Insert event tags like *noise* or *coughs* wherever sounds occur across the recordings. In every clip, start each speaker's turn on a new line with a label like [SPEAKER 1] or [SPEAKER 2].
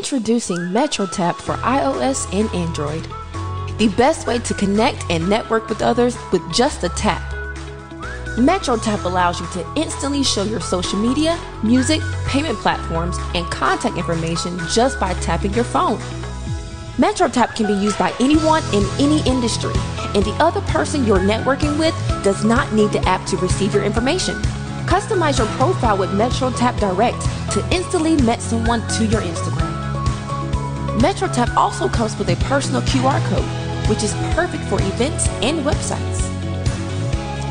[SPEAKER 1] Introducing MetroTap for iOS and Android. The best way to connect and network with others with just a tap. MetroTap allows you to instantly show your social media, music, payment platforms, and contact information just by tapping your phone. MetroTap can be used by anyone in any industry, and the other person you're networking with does not need the app to receive your information. Customize your profile with MetroTap Direct to instantly match someone to your Instagram. MetroTap also comes with a personal QR code, which is perfect for events and websites.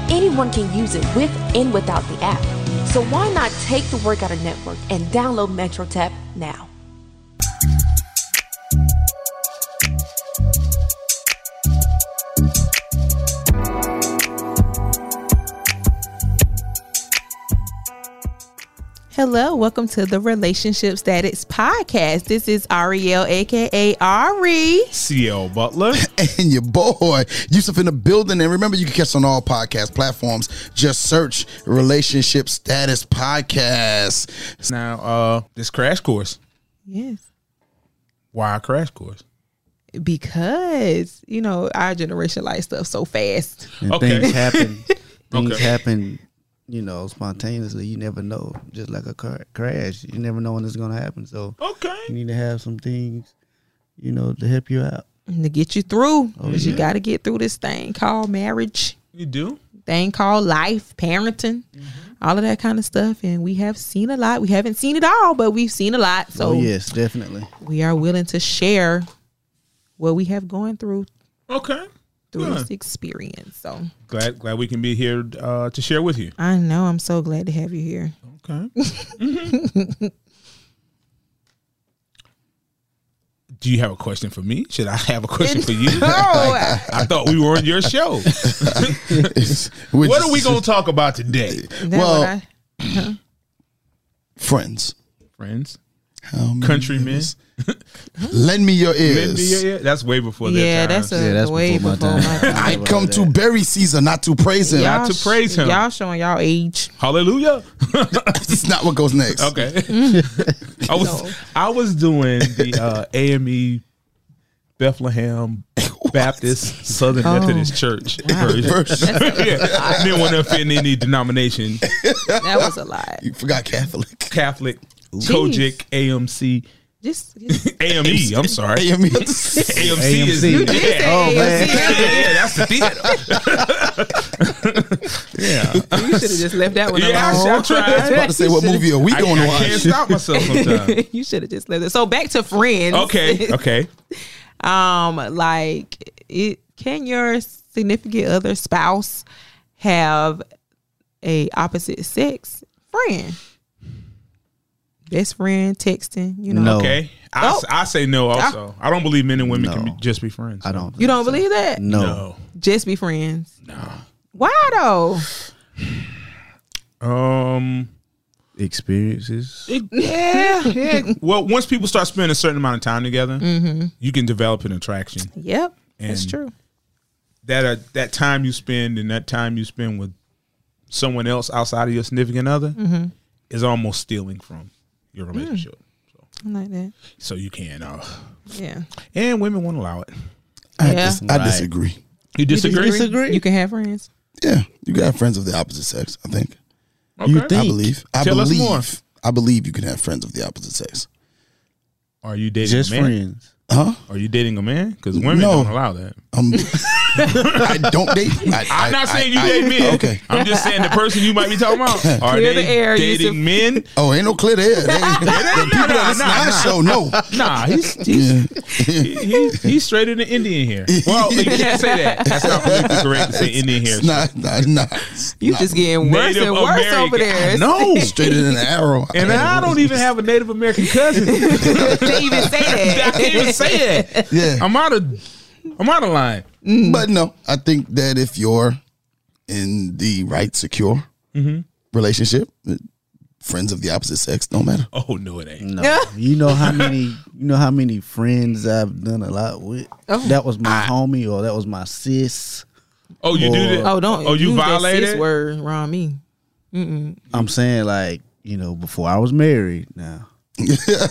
[SPEAKER 1] Anyone can use it with and without the app. So why not take the work out of network and download MetroTap now?
[SPEAKER 2] Hello, welcome to the Relationship Status Podcast. This is Ariel, aka Ari.
[SPEAKER 3] CL Butler.
[SPEAKER 4] and your boy Yusuf in the building. And remember, you can catch us on all podcast platforms. Just search Relationship Status Podcast.
[SPEAKER 3] *laughs*
[SPEAKER 4] *laughs*
[SPEAKER 3] now, uh, this crash course.
[SPEAKER 2] Yes,
[SPEAKER 3] Why a crash course?
[SPEAKER 2] because you know our generation likes stuff so fast.
[SPEAKER 5] And
[SPEAKER 3] Okay. *laughs*
[SPEAKER 5] things happen. Things
[SPEAKER 3] Okay.
[SPEAKER 5] happen. You know, spontaneously. You never know. Just like a car crash, you never know when it's gonna happen. So you
[SPEAKER 3] Okay.
[SPEAKER 5] need to have some things, you know, to help you out.
[SPEAKER 2] And to get you through, 'cause you got to get through this thing called marriage,
[SPEAKER 3] You do?
[SPEAKER 2] thing called life, parenting, all of that kind of stuff. And we have seen a lot. We haven't seen it all, but we've seen a lot. So
[SPEAKER 5] oh yes, definitely.
[SPEAKER 2] we are willing to share what we have going through
[SPEAKER 3] Okay.
[SPEAKER 2] through
[SPEAKER 3] Yeah.
[SPEAKER 2] this experience. So
[SPEAKER 3] Glad glad we can be here uh, to share with you.
[SPEAKER 2] I know I'm so glad to have you here.
[SPEAKER 3] Okay. *laughs* Do you have a question for me? Should I have a question for you?
[SPEAKER 2] *laughs*
[SPEAKER 3] *laughs*
[SPEAKER 2] Oh,
[SPEAKER 3] I thought we were on your *laughs* show. what are we going to talk about today,
[SPEAKER 2] that
[SPEAKER 4] Well-
[SPEAKER 2] what I-
[SPEAKER 4] Friends,
[SPEAKER 3] friends?
[SPEAKER 4] How many
[SPEAKER 3] Countrymen?
[SPEAKER 4] years? lend me your
[SPEAKER 3] Lend me your
[SPEAKER 4] ears.
[SPEAKER 3] ear- That's way before their
[SPEAKER 2] yeah,
[SPEAKER 3] time.
[SPEAKER 2] that's a way before, my time.
[SPEAKER 3] *laughs*
[SPEAKER 4] I come to bury Caesar, not to praise him.
[SPEAKER 2] Y'all
[SPEAKER 3] to
[SPEAKER 2] sh-
[SPEAKER 3] praise him.
[SPEAKER 2] Y'all showing y'all age.
[SPEAKER 3] Hallelujah.
[SPEAKER 4] It's not what goes next.
[SPEAKER 3] Okay. I was
[SPEAKER 2] No.
[SPEAKER 3] I was doing the uh, AME Bethlehem Baptist Southern
[SPEAKER 2] Oh.
[SPEAKER 3] Methodist Church. version. *laughs* yeah. I didn't want to offend any denomination.
[SPEAKER 2] That was a lot.
[SPEAKER 4] You forgot Catholic.
[SPEAKER 3] Catholic, Kojic, AMC,
[SPEAKER 2] Just, just
[SPEAKER 3] *laughs* AME. E, I'm sorry. AMC,
[SPEAKER 4] AME.
[SPEAKER 3] is
[SPEAKER 5] AMC.
[SPEAKER 3] yeah.
[SPEAKER 2] Oh, man.
[SPEAKER 3] yeah, that's the theater. yeah,
[SPEAKER 2] you should have just left that one
[SPEAKER 3] yeah. I, I
[SPEAKER 2] alone.
[SPEAKER 3] tried.
[SPEAKER 4] About
[SPEAKER 2] *laughs*
[SPEAKER 4] to say what movie are we
[SPEAKER 3] I,
[SPEAKER 4] going to
[SPEAKER 3] I can't
[SPEAKER 4] watch?
[SPEAKER 3] stop myself sometimes.
[SPEAKER 2] you should have just left it. So back to friends.
[SPEAKER 3] Okay, okay.
[SPEAKER 2] um, like it can your significant other spouse have a opposite sex friend? Best friend texting, you know.
[SPEAKER 5] No.
[SPEAKER 3] Okay. I,
[SPEAKER 2] Oh.
[SPEAKER 3] I say no also. I don't believe men and women can be,
[SPEAKER 5] No.
[SPEAKER 3] just be friends.
[SPEAKER 5] I don't.
[SPEAKER 2] You don't
[SPEAKER 5] think
[SPEAKER 2] believe that?
[SPEAKER 5] so. No.
[SPEAKER 3] No.
[SPEAKER 2] Just be friends. No. Why though?
[SPEAKER 3] Um
[SPEAKER 5] experiences.
[SPEAKER 2] *laughs*
[SPEAKER 3] yeah, yeah. Well, once people start spending a certain amount of time together, you can develop an attraction.
[SPEAKER 2] Yep. that's
[SPEAKER 3] And-
[SPEAKER 2] true.
[SPEAKER 3] That uh, that time you spend and that time you spend with someone else outside of your significant other is almost stealing from your relationship.
[SPEAKER 2] I like that.
[SPEAKER 3] So you can uh
[SPEAKER 2] Yeah.
[SPEAKER 3] and women won't allow it.
[SPEAKER 4] I,
[SPEAKER 2] Yeah.
[SPEAKER 4] dis- I
[SPEAKER 5] Right.
[SPEAKER 4] disagree.
[SPEAKER 3] You disagree?
[SPEAKER 2] You can have friends.
[SPEAKER 4] Yeah, you got friends of the opposite sex. I think.
[SPEAKER 3] Okay.
[SPEAKER 5] You think?
[SPEAKER 4] I believe. I
[SPEAKER 3] Tell us
[SPEAKER 4] believe.
[SPEAKER 3] more.
[SPEAKER 4] I believe you can have friends of the opposite sex.
[SPEAKER 3] Are you dating
[SPEAKER 5] Just
[SPEAKER 3] a man?
[SPEAKER 5] friends.
[SPEAKER 4] Huh?
[SPEAKER 3] Are you dating a man? Because women
[SPEAKER 4] No.
[SPEAKER 3] don't allow that. *laughs*
[SPEAKER 4] Um, I don't date. I,
[SPEAKER 3] I'm not saying you
[SPEAKER 4] I-
[SPEAKER 3] date men.
[SPEAKER 4] Okay.
[SPEAKER 3] I'm just saying the person you might be talking about. Are
[SPEAKER 2] Clear
[SPEAKER 3] they
[SPEAKER 2] the air,
[SPEAKER 3] dating men?
[SPEAKER 4] Oh, ain't no clear there.
[SPEAKER 3] *laughs*
[SPEAKER 4] They, the people that listen to our show, no.
[SPEAKER 3] Nah, he's he's, he- he's he's straighter than Indian here.
[SPEAKER 4] *laughs*
[SPEAKER 3] Well, you can't say that. That's not politically correct to say Indian here.
[SPEAKER 4] It's not, not, not.
[SPEAKER 2] You just getting worse
[SPEAKER 3] Native
[SPEAKER 2] and worse
[SPEAKER 3] American.
[SPEAKER 2] over there.
[SPEAKER 3] No.
[SPEAKER 4] Straighter than an arrow.
[SPEAKER 3] And I don't even have a Native American
[SPEAKER 2] *laughs*
[SPEAKER 3] cousin.
[SPEAKER 2] to even say
[SPEAKER 3] I *laughs*
[SPEAKER 2] that.
[SPEAKER 3] can't even say that.
[SPEAKER 4] Yeah.
[SPEAKER 3] I'm out of I'm out of line.
[SPEAKER 4] But no, I think that if you're in the right, secure
[SPEAKER 3] Mm-hmm.
[SPEAKER 4] relationship, that friends of the opposite sex don't matter.
[SPEAKER 3] Oh no, it ain't.
[SPEAKER 5] No. *laughs* you know how many you know how many friends I've done a lot with.
[SPEAKER 2] Oh.
[SPEAKER 5] That was
[SPEAKER 3] Ah.
[SPEAKER 5] my homie or that was my sis.
[SPEAKER 3] Oh, you do that?
[SPEAKER 2] Oh, don't.
[SPEAKER 3] Oh, you
[SPEAKER 2] use that sis
[SPEAKER 3] violated.
[SPEAKER 2] word around me.
[SPEAKER 5] I'm saying like, you know, before I was married now.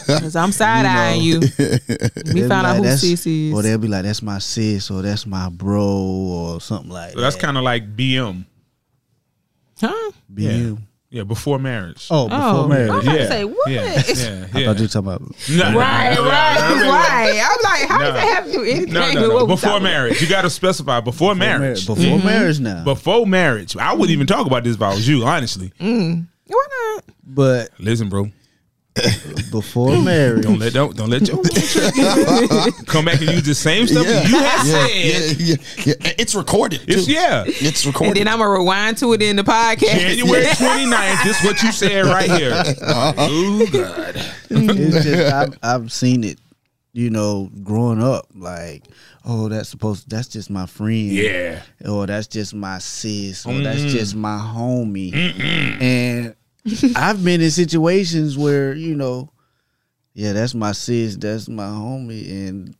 [SPEAKER 2] Cause I'm side eyeing you. We
[SPEAKER 5] They'll be
[SPEAKER 2] found out
[SPEAKER 5] like,
[SPEAKER 2] who
[SPEAKER 5] "That's-"
[SPEAKER 2] sis
[SPEAKER 5] Or
[SPEAKER 2] is.
[SPEAKER 5] they'll be like, that's my sis, or that's my bro, or something like
[SPEAKER 3] So that's
[SPEAKER 5] that.
[SPEAKER 3] kind of like BM.
[SPEAKER 2] Huh?
[SPEAKER 5] Be
[SPEAKER 3] yeah.
[SPEAKER 5] you.
[SPEAKER 3] Yeah, before marriage.
[SPEAKER 5] Oh, before
[SPEAKER 2] Oh,
[SPEAKER 5] marriage.
[SPEAKER 2] I'm
[SPEAKER 5] I
[SPEAKER 2] about
[SPEAKER 3] yeah.
[SPEAKER 2] to say what?
[SPEAKER 3] Yeah, yeah, yeah.
[SPEAKER 5] thought you were talking about.
[SPEAKER 3] No, no,
[SPEAKER 2] Right,
[SPEAKER 3] no,
[SPEAKER 2] *laughs*
[SPEAKER 3] no,
[SPEAKER 2] right,
[SPEAKER 3] no, no,
[SPEAKER 2] right. I'm like, how does
[SPEAKER 3] No.
[SPEAKER 2] that have to do anything?
[SPEAKER 3] No,
[SPEAKER 2] with
[SPEAKER 3] no,
[SPEAKER 2] what
[SPEAKER 3] no.
[SPEAKER 2] we
[SPEAKER 3] Before
[SPEAKER 2] talking
[SPEAKER 3] marriage, you got to specify before marriage.
[SPEAKER 5] Before marriage now.
[SPEAKER 3] Before marriage, I wouldn't even talk about this if I was you. Honestly,
[SPEAKER 2] about? Why not?
[SPEAKER 5] But
[SPEAKER 3] listen, bro.
[SPEAKER 5] before
[SPEAKER 3] *coughs*
[SPEAKER 5] marriage.
[SPEAKER 3] Don't let don't don't let your come back and use the same stuff
[SPEAKER 4] Yeah.
[SPEAKER 3] you had
[SPEAKER 4] Yeah,
[SPEAKER 3] said.
[SPEAKER 4] yeah, yeah, yeah. And It's recorded.
[SPEAKER 3] It's
[SPEAKER 4] too.
[SPEAKER 3] yeah.
[SPEAKER 4] It's
[SPEAKER 2] And
[SPEAKER 4] recorded.
[SPEAKER 2] then I'm gonna rewind to it in the podcast.
[SPEAKER 3] January 29th, this is what you said right here. Oh God. *laughs*
[SPEAKER 5] it's just I've, I've seen it, you know, growing up. Like, oh, that's supposed. That's just my friend.
[SPEAKER 3] Yeah.
[SPEAKER 5] Or that's just my sis. Or that's just my homie. And I've been in situations where you know, yeah, that's my sis. That's my homie. And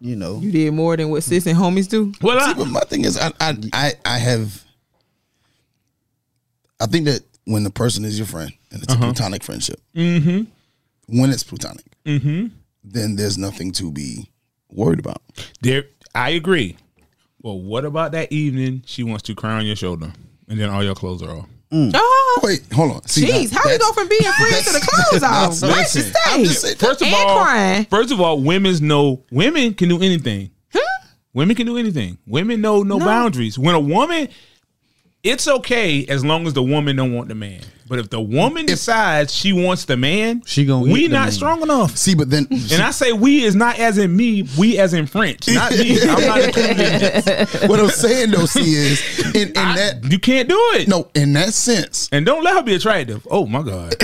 [SPEAKER 5] you know,
[SPEAKER 2] You did more than what sis and homies do.
[SPEAKER 3] Well,
[SPEAKER 4] See,
[SPEAKER 3] I,
[SPEAKER 4] but my thing is, I, I, I, I have. I think that when the person is your friend and
[SPEAKER 2] Uh-huh.
[SPEAKER 4] it's a platonic friendship, mm-hmm. when it's platonic, mm-hmm. then there's nothing to be worried about.
[SPEAKER 3] there, I agree. Well, what about that evening she wants to cry on your shoulder and then all your clothes are off?
[SPEAKER 2] Oh,
[SPEAKER 4] Wait, hold on. See,
[SPEAKER 2] jeez,
[SPEAKER 4] now,
[SPEAKER 2] how you
[SPEAKER 4] that's-
[SPEAKER 2] go from
[SPEAKER 4] *laughs*
[SPEAKER 2] being friends to the clothes off? Let's
[SPEAKER 4] listen,
[SPEAKER 2] just
[SPEAKER 4] I'm just
[SPEAKER 2] say.
[SPEAKER 4] saying-
[SPEAKER 3] First of
[SPEAKER 2] And
[SPEAKER 3] all,
[SPEAKER 2] crying.
[SPEAKER 3] first of all, women's know women can do anything. Women can do anything. Women know no, boundaries. When a woman, it's okay as long as the woman don't want the man. But if the woman decides she wants the man,
[SPEAKER 5] She gonna
[SPEAKER 3] we
[SPEAKER 5] get the
[SPEAKER 3] not
[SPEAKER 5] man.
[SPEAKER 3] strong enough.
[SPEAKER 4] See, but then
[SPEAKER 3] And I say we is not as in me, we as in French. Not me.
[SPEAKER 2] *laughs*
[SPEAKER 3] I'm not included in this.
[SPEAKER 4] *laughs* what I'm saying though, see, is in, in
[SPEAKER 3] I-
[SPEAKER 4] that
[SPEAKER 3] you can't do it.
[SPEAKER 4] no, in that sense,
[SPEAKER 3] And don't let her be attractive. Oh
[SPEAKER 2] *laughs*
[SPEAKER 3] my God.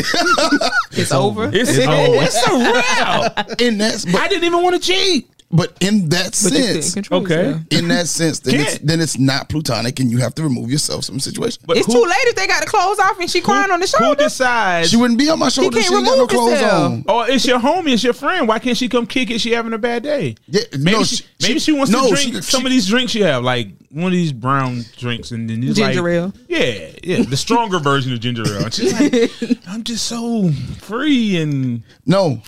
[SPEAKER 2] It's over.
[SPEAKER 3] It's, oh, it's a wrap.
[SPEAKER 4] in that,
[SPEAKER 3] I
[SPEAKER 4] but,
[SPEAKER 3] didn't even want to cheat.
[SPEAKER 4] but in that
[SPEAKER 2] But you couldn't
[SPEAKER 4] sense,
[SPEAKER 2] control
[SPEAKER 3] Okay.
[SPEAKER 2] yourself.
[SPEAKER 4] in that sense, then it's,
[SPEAKER 3] Can't.
[SPEAKER 4] then it's not plutonic, and you have to remove yourself from the situation.
[SPEAKER 3] But
[SPEAKER 2] It's
[SPEAKER 3] who-
[SPEAKER 2] too late if they got the clothes off and she crying on the
[SPEAKER 3] Who
[SPEAKER 2] shoulder.
[SPEAKER 3] decides?
[SPEAKER 4] She wouldn't be on my shoulder.
[SPEAKER 2] can't
[SPEAKER 4] She ain't got no
[SPEAKER 2] remove
[SPEAKER 4] clothes
[SPEAKER 2] herself.
[SPEAKER 4] on.
[SPEAKER 3] Or Oh, it's your homie, it's your friend. Why can't she come kick it? She having a bad day.
[SPEAKER 4] Yeah,
[SPEAKER 3] maybe
[SPEAKER 4] no,
[SPEAKER 3] she,
[SPEAKER 4] she-
[SPEAKER 3] maybe she wants
[SPEAKER 4] no,
[SPEAKER 3] to drink
[SPEAKER 4] she-
[SPEAKER 3] some
[SPEAKER 4] she-
[SPEAKER 3] of these drinks you have, like one of these brown drinks, and then it's
[SPEAKER 2] Ginger
[SPEAKER 3] like,
[SPEAKER 2] ale.
[SPEAKER 3] Yeah, yeah, the stronger version of ginger ale. And she's
[SPEAKER 2] *laughs*
[SPEAKER 3] like, I'm just so free and
[SPEAKER 4] No,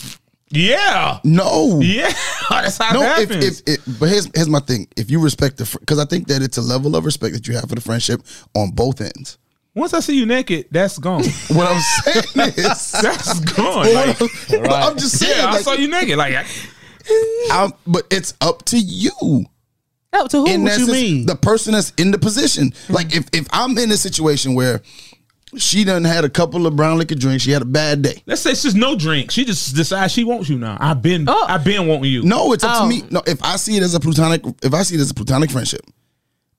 [SPEAKER 3] yeah,
[SPEAKER 4] no,
[SPEAKER 3] yeah. *laughs* That's how
[SPEAKER 4] no.
[SPEAKER 3] it
[SPEAKER 4] If,
[SPEAKER 3] happens.
[SPEAKER 4] if, if, but here's here's my thing. If you respect the, because I think that it's a level of respect that you have for the friendship on both ends.
[SPEAKER 3] Once I see you naked, that's gone.
[SPEAKER 4] *laughs* What I'm saying is,
[SPEAKER 3] *laughs* That's gone.
[SPEAKER 4] *laughs*
[SPEAKER 3] Like,
[SPEAKER 4] but I'm just saying.
[SPEAKER 3] yeah, I
[SPEAKER 4] like,
[SPEAKER 3] saw you naked. Like, I,
[SPEAKER 4] I'm- but it's up to you.
[SPEAKER 2] Up to who?
[SPEAKER 4] in that
[SPEAKER 5] you
[SPEAKER 4] sense,
[SPEAKER 5] mean?
[SPEAKER 4] the person that's in the position. Like if if I'm in a situation where she done had a couple of brown liquor drinks, she had a bad day.
[SPEAKER 3] let's say it's just no drink. She just decides she wants you now. I've been,
[SPEAKER 2] Oh.
[SPEAKER 3] I've been wanting you.
[SPEAKER 4] No, it's
[SPEAKER 2] Oh.
[SPEAKER 4] up to me. No, if I see it as a plutonic, if I see it as a plutonic friendship,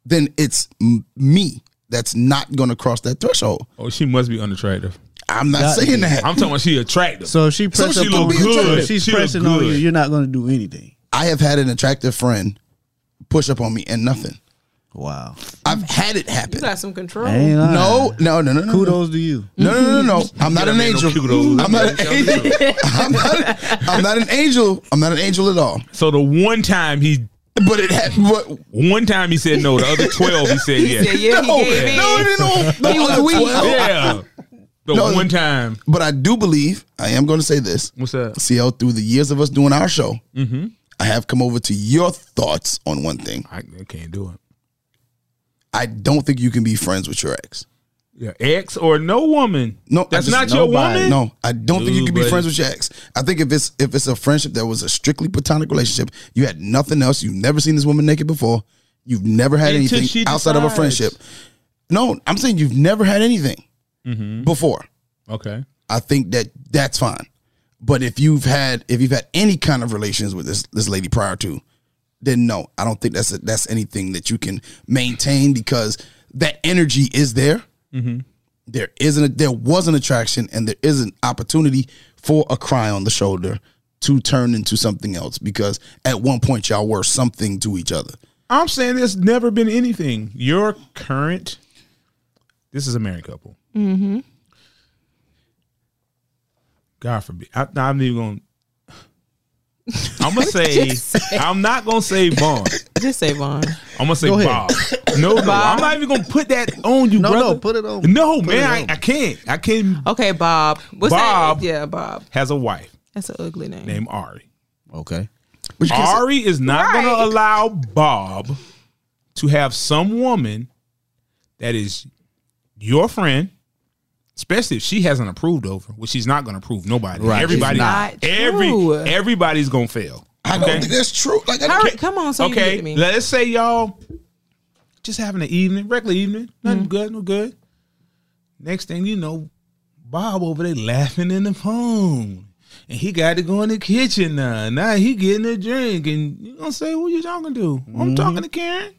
[SPEAKER 4] then it's m- me that's not going to cross that threshold.
[SPEAKER 3] Oh, she must be unattractive.
[SPEAKER 4] I'm not
[SPEAKER 5] Got
[SPEAKER 4] saying
[SPEAKER 5] you.
[SPEAKER 4] that.
[SPEAKER 3] I'm talking. about She attractive.
[SPEAKER 5] so if she press
[SPEAKER 4] she
[SPEAKER 5] up
[SPEAKER 4] gonna
[SPEAKER 5] on
[SPEAKER 4] be
[SPEAKER 5] you,
[SPEAKER 4] attractive.
[SPEAKER 5] if she's
[SPEAKER 3] She look
[SPEAKER 5] pressing on you.
[SPEAKER 3] good.
[SPEAKER 5] You're not going to do anything.
[SPEAKER 4] I have had an attractive friend push up on me and nothing.
[SPEAKER 5] Wow.
[SPEAKER 4] I've had it happen.
[SPEAKER 2] You got some control.
[SPEAKER 5] Ain't lying.
[SPEAKER 4] No, no, no, no, no. no.
[SPEAKER 5] Kudos to you.
[SPEAKER 4] No, no, no, no, no. I'm not
[SPEAKER 3] Gotta
[SPEAKER 4] an
[SPEAKER 3] make no
[SPEAKER 4] angel.
[SPEAKER 3] kudos.
[SPEAKER 4] I'm not an angel. *laughs* I'm not, I'm not an angel. I'm not an angel at all.
[SPEAKER 3] So the one time he,
[SPEAKER 4] But it happened. But
[SPEAKER 3] one time he said no. The
[SPEAKER 4] *laughs*
[SPEAKER 3] other twelve he said yes.
[SPEAKER 2] said *laughs* yeah, he
[SPEAKER 4] no,
[SPEAKER 2] gave in.
[SPEAKER 4] no, no, no,
[SPEAKER 2] *laughs*
[SPEAKER 4] no.
[SPEAKER 2] He was
[SPEAKER 4] other
[SPEAKER 2] weak.
[SPEAKER 4] 12.
[SPEAKER 3] Yeah. The
[SPEAKER 4] No.
[SPEAKER 3] one time.
[SPEAKER 4] But I do believe I am going to say this.
[SPEAKER 3] What's up?
[SPEAKER 4] CL, through the years of us doing our show,
[SPEAKER 3] Mm-hmm.
[SPEAKER 4] I have come over to your thoughts on one thing.
[SPEAKER 3] I, I can't do it.
[SPEAKER 4] I don't think you can be friends with your ex.
[SPEAKER 3] Yeah, ex or no woman.
[SPEAKER 4] No, I
[SPEAKER 3] that's
[SPEAKER 4] just-
[SPEAKER 3] not your
[SPEAKER 5] nobody.
[SPEAKER 3] woman.
[SPEAKER 4] No, I don't think you can be
[SPEAKER 3] Nobody.
[SPEAKER 4] friends with your ex. I think if it's if it's a friendship that was a strictly platonic relationship, you had nothing else. You've never seen this woman naked before. You've never had
[SPEAKER 3] Until she
[SPEAKER 4] anything outside of a
[SPEAKER 3] decides.
[SPEAKER 4] friendship. No, I'm saying you've never had anything
[SPEAKER 3] Mm-hmm.
[SPEAKER 4] before.
[SPEAKER 3] Okay.
[SPEAKER 4] I think that that's fine. But if you've had if you've had any kind of relations with this this lady prior to, then no, I don't think that's that's anything that you can maintain because that energy is there.
[SPEAKER 3] Mm-hmm.
[SPEAKER 4] There isn't a, there was an attraction and there is an opportunity for a cry on the shoulder to turn into something else because at one point y'all were something to each other.
[SPEAKER 3] I'm saying there's never been anything. Your current, this is a married couple. Mm-hmm. God forbid. I, no, I'm not even going.
[SPEAKER 5] *laughs*
[SPEAKER 3] I'm gonna say I'm not gonna say Vaughn.
[SPEAKER 2] Just say Vaughn.
[SPEAKER 3] I'm gonna say
[SPEAKER 5] Go ahead.
[SPEAKER 3] Bob. No, no, I'm not even gonna put that on you,
[SPEAKER 5] No,
[SPEAKER 3] brother.
[SPEAKER 5] no, put it on.
[SPEAKER 3] No,
[SPEAKER 5] Put it
[SPEAKER 3] man,
[SPEAKER 5] on.
[SPEAKER 3] I, I can't. I can't.
[SPEAKER 2] Okay, Bob. What's
[SPEAKER 3] Bob.
[SPEAKER 2] That? Yeah, Bob.
[SPEAKER 3] Has a wife
[SPEAKER 2] That's an ugly name.
[SPEAKER 3] named Ari.
[SPEAKER 5] Okay.
[SPEAKER 4] But you can't say-
[SPEAKER 3] Ari is not
[SPEAKER 2] Right.
[SPEAKER 3] gonna allow Bob to have some woman that is your friend, especially if she hasn't approved over, which she's not gonna approve nobody.
[SPEAKER 5] Right.
[SPEAKER 3] Everybody,
[SPEAKER 2] It's not
[SPEAKER 3] every
[SPEAKER 2] true.
[SPEAKER 3] everybody's gonna fail.
[SPEAKER 4] I don't think that's true. Like, I don't
[SPEAKER 2] Hurry,
[SPEAKER 4] care.
[SPEAKER 2] come on, so you can
[SPEAKER 3] okay,
[SPEAKER 2] get to me.
[SPEAKER 3] let's say y'all just having an evening, regular evening,
[SPEAKER 2] Mm-hmm.
[SPEAKER 3] nothing good, no good. Next thing you know, Bob over there laughing in the phone. And he got to go in the kitchen now. Now he getting a drink. And you gonna say, who you talking to?
[SPEAKER 2] Mm-hmm.
[SPEAKER 3] I'm talking to Karen.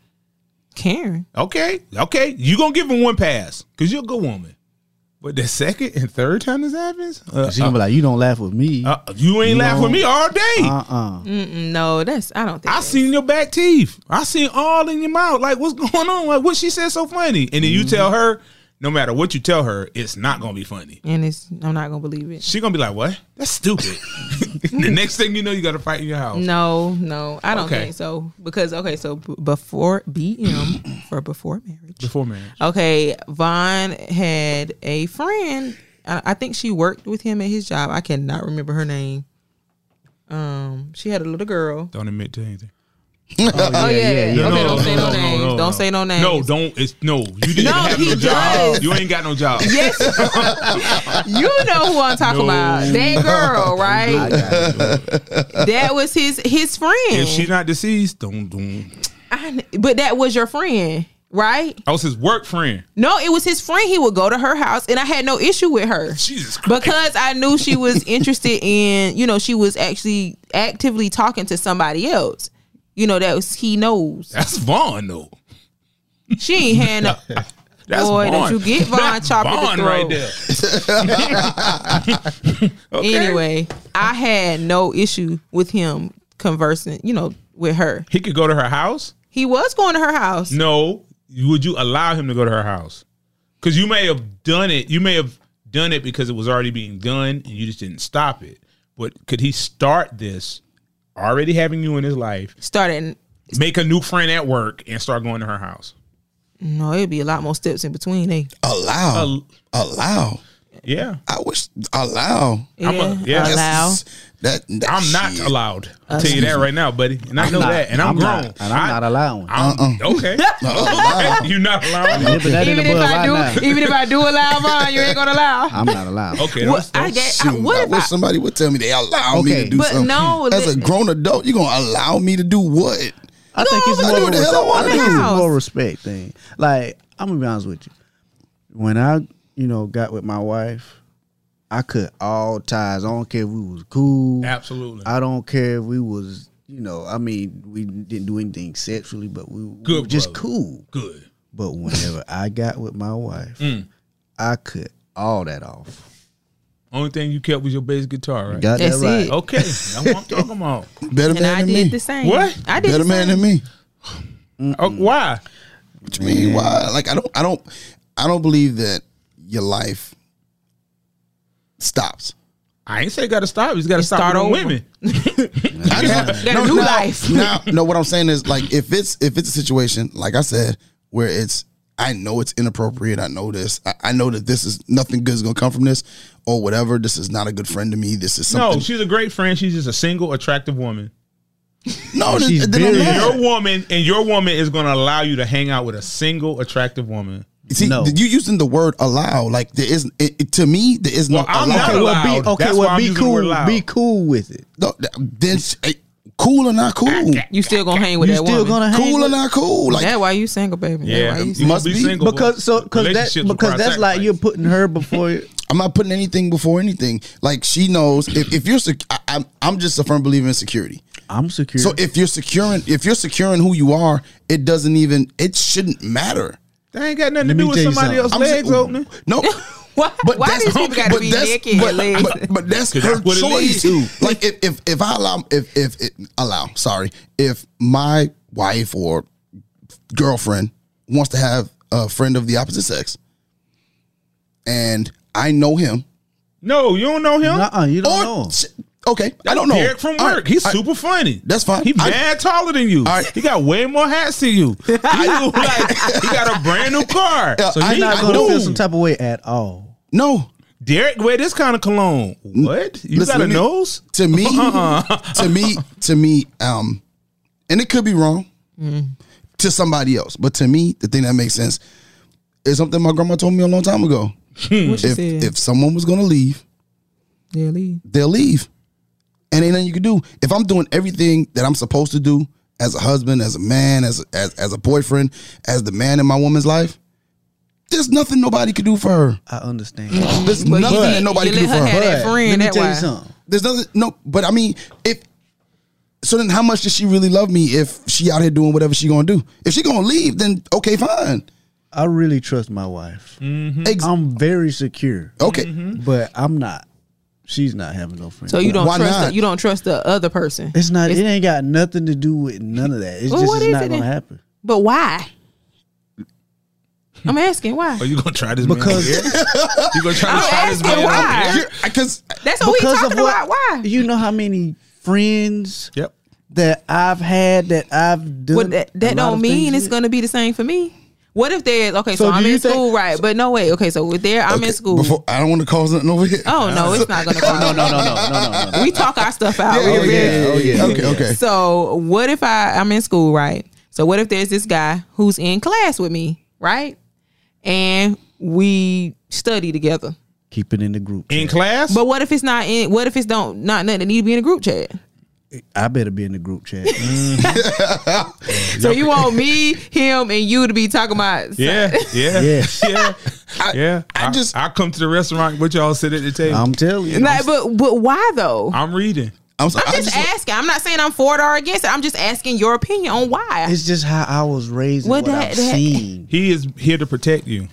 [SPEAKER 2] Karen.
[SPEAKER 3] Okay, okay. You gonna give him one pass, cause you're a good woman. But the second and third time this happens, uh,
[SPEAKER 5] She gonna be like, you don't laugh with me. Uh
[SPEAKER 3] uh, you ain't laughing with
[SPEAKER 5] No.
[SPEAKER 3] me all day.
[SPEAKER 5] uh
[SPEAKER 2] Mm-mm, no, that's I don't think.
[SPEAKER 3] I
[SPEAKER 2] that-
[SPEAKER 3] seen your back teeth. I seen all in your mouth. Like, what's going on? Like, what she said so funny? And then you tell her, no matter what you tell her, it's not gonna be funny.
[SPEAKER 2] and it's I'm not gonna believe it.
[SPEAKER 3] She gonna be like, what? That's stupid. *laughs* the next thing you know, you got to fight in your house.
[SPEAKER 2] No, no, I don't
[SPEAKER 3] Okay.
[SPEAKER 2] think so. Because okay, so b- before BM for before marriage.
[SPEAKER 3] Before marriage.
[SPEAKER 2] Okay, Vaughn had a friend. I, I think she worked with him at his job. I cannot remember her name. Um, she had a little girl.
[SPEAKER 3] Don't admit to anything.
[SPEAKER 2] Oh yeah, yeah. okay,
[SPEAKER 5] yeah. No,
[SPEAKER 2] don't
[SPEAKER 5] no,
[SPEAKER 2] say no, names. don't say no names.
[SPEAKER 3] No, don't. It's no. You didn't
[SPEAKER 2] No,
[SPEAKER 3] have no
[SPEAKER 2] he
[SPEAKER 3] job.
[SPEAKER 2] does.
[SPEAKER 3] You ain't got no job.
[SPEAKER 2] Yes, *laughs* you know who I'm talking
[SPEAKER 3] No.
[SPEAKER 2] about. That girl, right? that was his his friend.
[SPEAKER 3] If she not deceased, don't don't.
[SPEAKER 2] I kn- but that was your friend, right?
[SPEAKER 3] I was Oh, his work friend.
[SPEAKER 2] No, it was his friend. He would go to her house, and I had no issue with her
[SPEAKER 3] Jesus Christ.
[SPEAKER 2] because I knew she was interested in, you know, she was actually actively talking to somebody else. You know, that was, he knows.
[SPEAKER 3] That's Vaughn though.
[SPEAKER 2] She ain't had no.
[SPEAKER 3] That's
[SPEAKER 2] Boy,
[SPEAKER 3] Vaughn.
[SPEAKER 2] don't you get Vaughn
[SPEAKER 3] That's
[SPEAKER 2] chopping the
[SPEAKER 3] Vaughn right
[SPEAKER 2] throat.
[SPEAKER 3] there. *laughs* Okay.
[SPEAKER 2] Anyway, I had no issue with him conversing, you know, with her.
[SPEAKER 3] He could go to her house?
[SPEAKER 2] He was going to her house.
[SPEAKER 3] No. Would you allow him to go to her house? Because you may have done it. You may have done it because it was already being done and you just didn't stop it. But could he start this already having you in his life,
[SPEAKER 2] Started,
[SPEAKER 3] make a new friend at work, and start going to her house?
[SPEAKER 2] no, it'd be a lot more steps in between. Eh?
[SPEAKER 5] Uh,
[SPEAKER 4] allow,
[SPEAKER 3] Al-
[SPEAKER 4] allow.
[SPEAKER 3] Yeah.
[SPEAKER 4] I wish allow.
[SPEAKER 2] Yeah,
[SPEAKER 3] I'm a- yeah.
[SPEAKER 4] That's-
[SPEAKER 2] allow.
[SPEAKER 4] That, that
[SPEAKER 3] I'm not
[SPEAKER 4] shit.
[SPEAKER 3] allowed. I'll tell you that right now, buddy. And I know
[SPEAKER 5] not.
[SPEAKER 3] that. And I'm,
[SPEAKER 5] I'm
[SPEAKER 3] grown.
[SPEAKER 5] not. And I'm not Uh-uh. allowing.
[SPEAKER 3] I'm, okay. *laughs*
[SPEAKER 2] *laughs*
[SPEAKER 3] okay. You're not allowing. me.
[SPEAKER 5] that in
[SPEAKER 2] Even
[SPEAKER 5] the
[SPEAKER 2] if
[SPEAKER 5] bud
[SPEAKER 2] I
[SPEAKER 5] right
[SPEAKER 2] do,
[SPEAKER 5] now.
[SPEAKER 2] even if I do allow Vaughn, you ain't gonna allow.
[SPEAKER 5] I'm not
[SPEAKER 3] *laughs* *laughs*
[SPEAKER 5] allowed.
[SPEAKER 3] Okay.
[SPEAKER 2] What-
[SPEAKER 3] that's-
[SPEAKER 2] I get. I,
[SPEAKER 4] Shoot,
[SPEAKER 2] what
[SPEAKER 4] I
[SPEAKER 2] if I,
[SPEAKER 4] wish somebody would tell me they allow me
[SPEAKER 5] Okay.
[SPEAKER 4] to do
[SPEAKER 2] But
[SPEAKER 4] something.
[SPEAKER 2] no,
[SPEAKER 4] as a
[SPEAKER 2] li-
[SPEAKER 4] grown adult, you gonna allow me to do what?
[SPEAKER 5] I think it's
[SPEAKER 2] No,
[SPEAKER 5] more.
[SPEAKER 4] I do what the hell I wanna
[SPEAKER 5] think
[SPEAKER 2] do.
[SPEAKER 5] it's more respect thing. Like I'm gonna be honest with you. When I, you know, got with my wife, I cut all ties. I don't care if we was cool.
[SPEAKER 3] Absolutely.
[SPEAKER 5] I don't care if we was, you know, I mean, we didn't do anything sexually, but we, we
[SPEAKER 3] Good
[SPEAKER 5] were just
[SPEAKER 3] brother.
[SPEAKER 5] cool.
[SPEAKER 3] Good.
[SPEAKER 5] But whenever I got with my wife,
[SPEAKER 3] Mm.
[SPEAKER 5] I cut all that off.
[SPEAKER 3] Only thing you kept was your bass guitar, right?
[SPEAKER 5] Got
[SPEAKER 2] That's
[SPEAKER 5] that right.
[SPEAKER 2] it.
[SPEAKER 3] Okay, that's what I'm talking about.
[SPEAKER 4] Better
[SPEAKER 2] and
[SPEAKER 4] man
[SPEAKER 2] I
[SPEAKER 4] than
[SPEAKER 2] did
[SPEAKER 4] me.
[SPEAKER 2] the same.
[SPEAKER 3] What?
[SPEAKER 2] I did
[SPEAKER 4] Better
[SPEAKER 2] the
[SPEAKER 4] man
[SPEAKER 2] same.
[SPEAKER 4] than me.
[SPEAKER 3] Uh, why?
[SPEAKER 4] What you mean? Why? Like I don't, I don't, I don't believe that your life
[SPEAKER 2] *laughs*
[SPEAKER 4] stops.
[SPEAKER 3] I ain't say got to stop. You just got to
[SPEAKER 2] You
[SPEAKER 3] stop
[SPEAKER 2] start
[SPEAKER 3] with
[SPEAKER 2] over.
[SPEAKER 3] women.
[SPEAKER 4] I just,
[SPEAKER 2] Got a new life.
[SPEAKER 4] *laughs* now, no, what I'm saying is like if it's if it's a situation like I said where it's I know it's inappropriate. I know this. I, I know that this is nothing good is gonna come from this or whatever. This is not a good friend to me. This is
[SPEAKER 3] No,
[SPEAKER 4] something.
[SPEAKER 3] she's a great friend. She's just a single, attractive woman.
[SPEAKER 4] No, no
[SPEAKER 5] she's
[SPEAKER 4] then I'm
[SPEAKER 5] very-
[SPEAKER 4] not.
[SPEAKER 3] Your woman and your woman is going to allow you to hang out with a single, attractive woman.
[SPEAKER 4] See,
[SPEAKER 5] No.
[SPEAKER 4] you using the word allow like there is it, it- to me there is no
[SPEAKER 3] Well, I'm
[SPEAKER 4] allow.
[SPEAKER 3] not
[SPEAKER 5] Okay, well,
[SPEAKER 3] allowed.
[SPEAKER 5] be, okay,
[SPEAKER 3] That's why
[SPEAKER 5] well,
[SPEAKER 3] I'm
[SPEAKER 5] be
[SPEAKER 3] using the word
[SPEAKER 5] cool.
[SPEAKER 3] loud.
[SPEAKER 5] Be cool with it.
[SPEAKER 4] No, th- then s- eh, cool or not cool,
[SPEAKER 2] You still gonna hang with
[SPEAKER 5] You
[SPEAKER 2] that
[SPEAKER 5] still
[SPEAKER 2] woman?
[SPEAKER 5] gonna hang
[SPEAKER 4] cool or
[SPEAKER 5] with-
[SPEAKER 4] not cool. Like
[SPEAKER 2] That why you single, baby. That
[SPEAKER 3] Yeah,
[SPEAKER 2] why you
[SPEAKER 3] you
[SPEAKER 2] single.
[SPEAKER 4] must
[SPEAKER 3] be
[SPEAKER 4] be.
[SPEAKER 3] single. but
[SPEAKER 5] because so because
[SPEAKER 3] relationships
[SPEAKER 5] that
[SPEAKER 3] require
[SPEAKER 5] because that's like
[SPEAKER 3] sacrifice.
[SPEAKER 5] you're putting her before you.
[SPEAKER 4] I'm not putting anything before anything. Like she knows if, if you're sec- I, I'm I'm just a firm believer in security.
[SPEAKER 5] *laughs* I'm secure.
[SPEAKER 4] So if you're securing if you're securing who you are, it doesn't even it shouldn't matter.
[SPEAKER 3] That ain't got nothing to
[SPEAKER 5] Let me
[SPEAKER 3] do with
[SPEAKER 5] tell you
[SPEAKER 3] somebody
[SPEAKER 5] something.
[SPEAKER 3] else's
[SPEAKER 4] I'm
[SPEAKER 3] legs
[SPEAKER 4] saying-
[SPEAKER 3] opening.
[SPEAKER 4] No.
[SPEAKER 2] Why, why these people gotta
[SPEAKER 4] but
[SPEAKER 2] be
[SPEAKER 4] that's-
[SPEAKER 2] naked and
[SPEAKER 4] but,
[SPEAKER 2] legs?
[SPEAKER 4] but- but that's her
[SPEAKER 3] Because that's what it leads
[SPEAKER 4] choice. like if, if if I allow if if it, allow sorry if my wife or girlfriend wants to have a friend of the opposite sex, and I know him
[SPEAKER 3] No, you don't know him.
[SPEAKER 5] Nuh-uh, you don't
[SPEAKER 4] or
[SPEAKER 5] know.
[SPEAKER 4] sh- Okay, I don't know.
[SPEAKER 3] Derek from
[SPEAKER 4] All right,
[SPEAKER 3] work. He's
[SPEAKER 4] all right,
[SPEAKER 3] super funny.
[SPEAKER 4] That's fine.
[SPEAKER 3] He
[SPEAKER 4] I-
[SPEAKER 3] mad taller than you.
[SPEAKER 4] right.
[SPEAKER 3] He got way more hats than you. He, look like, he got a brand new car.
[SPEAKER 4] Yeah,
[SPEAKER 3] so
[SPEAKER 4] I-
[SPEAKER 3] he,
[SPEAKER 4] I
[SPEAKER 5] not gonna
[SPEAKER 4] know.
[SPEAKER 5] feel some type of way at all.
[SPEAKER 4] No,
[SPEAKER 3] Derek wear this kind of cologne. What? You
[SPEAKER 4] Listen,
[SPEAKER 3] got a
[SPEAKER 4] let me-
[SPEAKER 3] nose?
[SPEAKER 4] to me,
[SPEAKER 2] Uh-uh.
[SPEAKER 4] to me, to me, um, and it could be wrong
[SPEAKER 2] Mm.
[SPEAKER 4] to somebody else, but to me, the thing that makes sense is something my grandma told me a long time ago.
[SPEAKER 2] What you
[SPEAKER 4] If
[SPEAKER 2] said?
[SPEAKER 4] if someone was gonna leave,
[SPEAKER 2] yeah, Lee.
[SPEAKER 4] they'll leave, and ain't nothing you can do. If I'm doing everything that I'm supposed to do as a husband, as a man, as as as a boyfriend, as the man in my woman's life, there's nothing nobody can do for her.
[SPEAKER 5] I understand.
[SPEAKER 4] There's nothing that nobody
[SPEAKER 2] you
[SPEAKER 4] can do
[SPEAKER 2] let
[SPEAKER 4] for
[SPEAKER 2] her
[SPEAKER 4] her.
[SPEAKER 2] have that
[SPEAKER 5] But let
[SPEAKER 2] friend.
[SPEAKER 5] me
[SPEAKER 2] That
[SPEAKER 5] tell you
[SPEAKER 2] why.
[SPEAKER 5] something.
[SPEAKER 4] There's nothing. No, but I mean, if so, then how much does she really love me if she out here doing whatever she gonna do? If she gonna leave, then okay, fine.
[SPEAKER 5] I really trust my wife.
[SPEAKER 4] Ex-
[SPEAKER 5] I'm very secure,
[SPEAKER 4] okay,
[SPEAKER 5] but I'm not. She's not having no friends.
[SPEAKER 2] So you don't
[SPEAKER 4] Why
[SPEAKER 2] trust.
[SPEAKER 4] not?
[SPEAKER 2] The, you don't trust the other person.
[SPEAKER 5] it's not. it ain't got nothing to do with none of that. It's
[SPEAKER 2] Well,
[SPEAKER 5] just
[SPEAKER 2] what
[SPEAKER 5] it's
[SPEAKER 2] is
[SPEAKER 5] not
[SPEAKER 2] it
[SPEAKER 5] gonna
[SPEAKER 2] then?
[SPEAKER 5] happen.
[SPEAKER 2] But why? I'm asking why.
[SPEAKER 3] Are you gonna try this
[SPEAKER 4] *laughs*
[SPEAKER 5] Because-
[SPEAKER 3] man? Because you gonna try to
[SPEAKER 2] I'm
[SPEAKER 3] try this
[SPEAKER 2] asking
[SPEAKER 3] man?
[SPEAKER 2] why.
[SPEAKER 3] out here?
[SPEAKER 4] because
[SPEAKER 2] That's what we talking about. Why?
[SPEAKER 5] You know how many friends
[SPEAKER 3] Yep.
[SPEAKER 5] that I've had that I've done.
[SPEAKER 2] Well, that,
[SPEAKER 5] a
[SPEAKER 2] that
[SPEAKER 5] lot
[SPEAKER 2] don't
[SPEAKER 5] of
[SPEAKER 2] mean
[SPEAKER 5] things
[SPEAKER 2] it's
[SPEAKER 5] with.
[SPEAKER 2] going to be the same for me. What if there's okay? So,
[SPEAKER 5] So do
[SPEAKER 2] I'm
[SPEAKER 5] you
[SPEAKER 2] in
[SPEAKER 5] think-
[SPEAKER 2] school, right? but no way. Okay, so with there, I'm in school.
[SPEAKER 4] Before, I don't want to cause nothing over here.
[SPEAKER 2] oh no, it's not going
[SPEAKER 4] *laughs*
[SPEAKER 2] to.
[SPEAKER 5] No, no, no, no, no, no, no.
[SPEAKER 2] We talk our stuff out.
[SPEAKER 4] yeah,
[SPEAKER 2] real
[SPEAKER 4] yeah,
[SPEAKER 2] big.
[SPEAKER 4] yeah,
[SPEAKER 5] Oh, yeah.
[SPEAKER 4] Okay, okay.
[SPEAKER 2] So what if I I'm in school, right? So what if there's this guy who's in class with me, right? And we study together.
[SPEAKER 5] Keep it in the group.
[SPEAKER 3] In class?
[SPEAKER 2] But what if it's not in? What if it's don't not nothing that need to be in a group chat?
[SPEAKER 5] I better be in the group chat.
[SPEAKER 2] So you want me, him, and you to be talking about?
[SPEAKER 3] yeah, yeah, yeah,
[SPEAKER 4] *laughs*
[SPEAKER 5] Yes.
[SPEAKER 3] *laughs* yeah. I,
[SPEAKER 4] I just-
[SPEAKER 3] just I come to the restaurant with y'all sit at the table. I'm,
[SPEAKER 5] I'm telling you.
[SPEAKER 2] Like, but but why though?
[SPEAKER 3] reading.
[SPEAKER 4] I'm, sorry,
[SPEAKER 2] I'm just, asking. I'm not saying I'm for it or against it. I'm just asking your opinion on why.
[SPEAKER 5] *laughs* it's just how I was raised and
[SPEAKER 2] Well,
[SPEAKER 5] what
[SPEAKER 2] that-
[SPEAKER 5] I've
[SPEAKER 2] that-
[SPEAKER 5] seen.
[SPEAKER 3] He is here to protect you.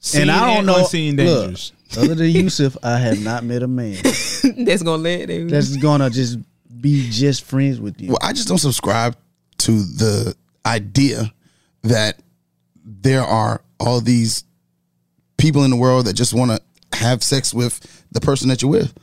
[SPEAKER 3] Seen
[SPEAKER 5] and I don't know.
[SPEAKER 3] unseen
[SPEAKER 5] look,
[SPEAKER 3] dangers. *laughs*
[SPEAKER 5] other than Yusuf, I have not met a man
[SPEAKER 2] *laughs* that's gonna let it.
[SPEAKER 5] that's gonna just be just friends with you.
[SPEAKER 4] well, I just don't subscribe to the idea that there are all these people in the world that just want to have sex with the person that you're with.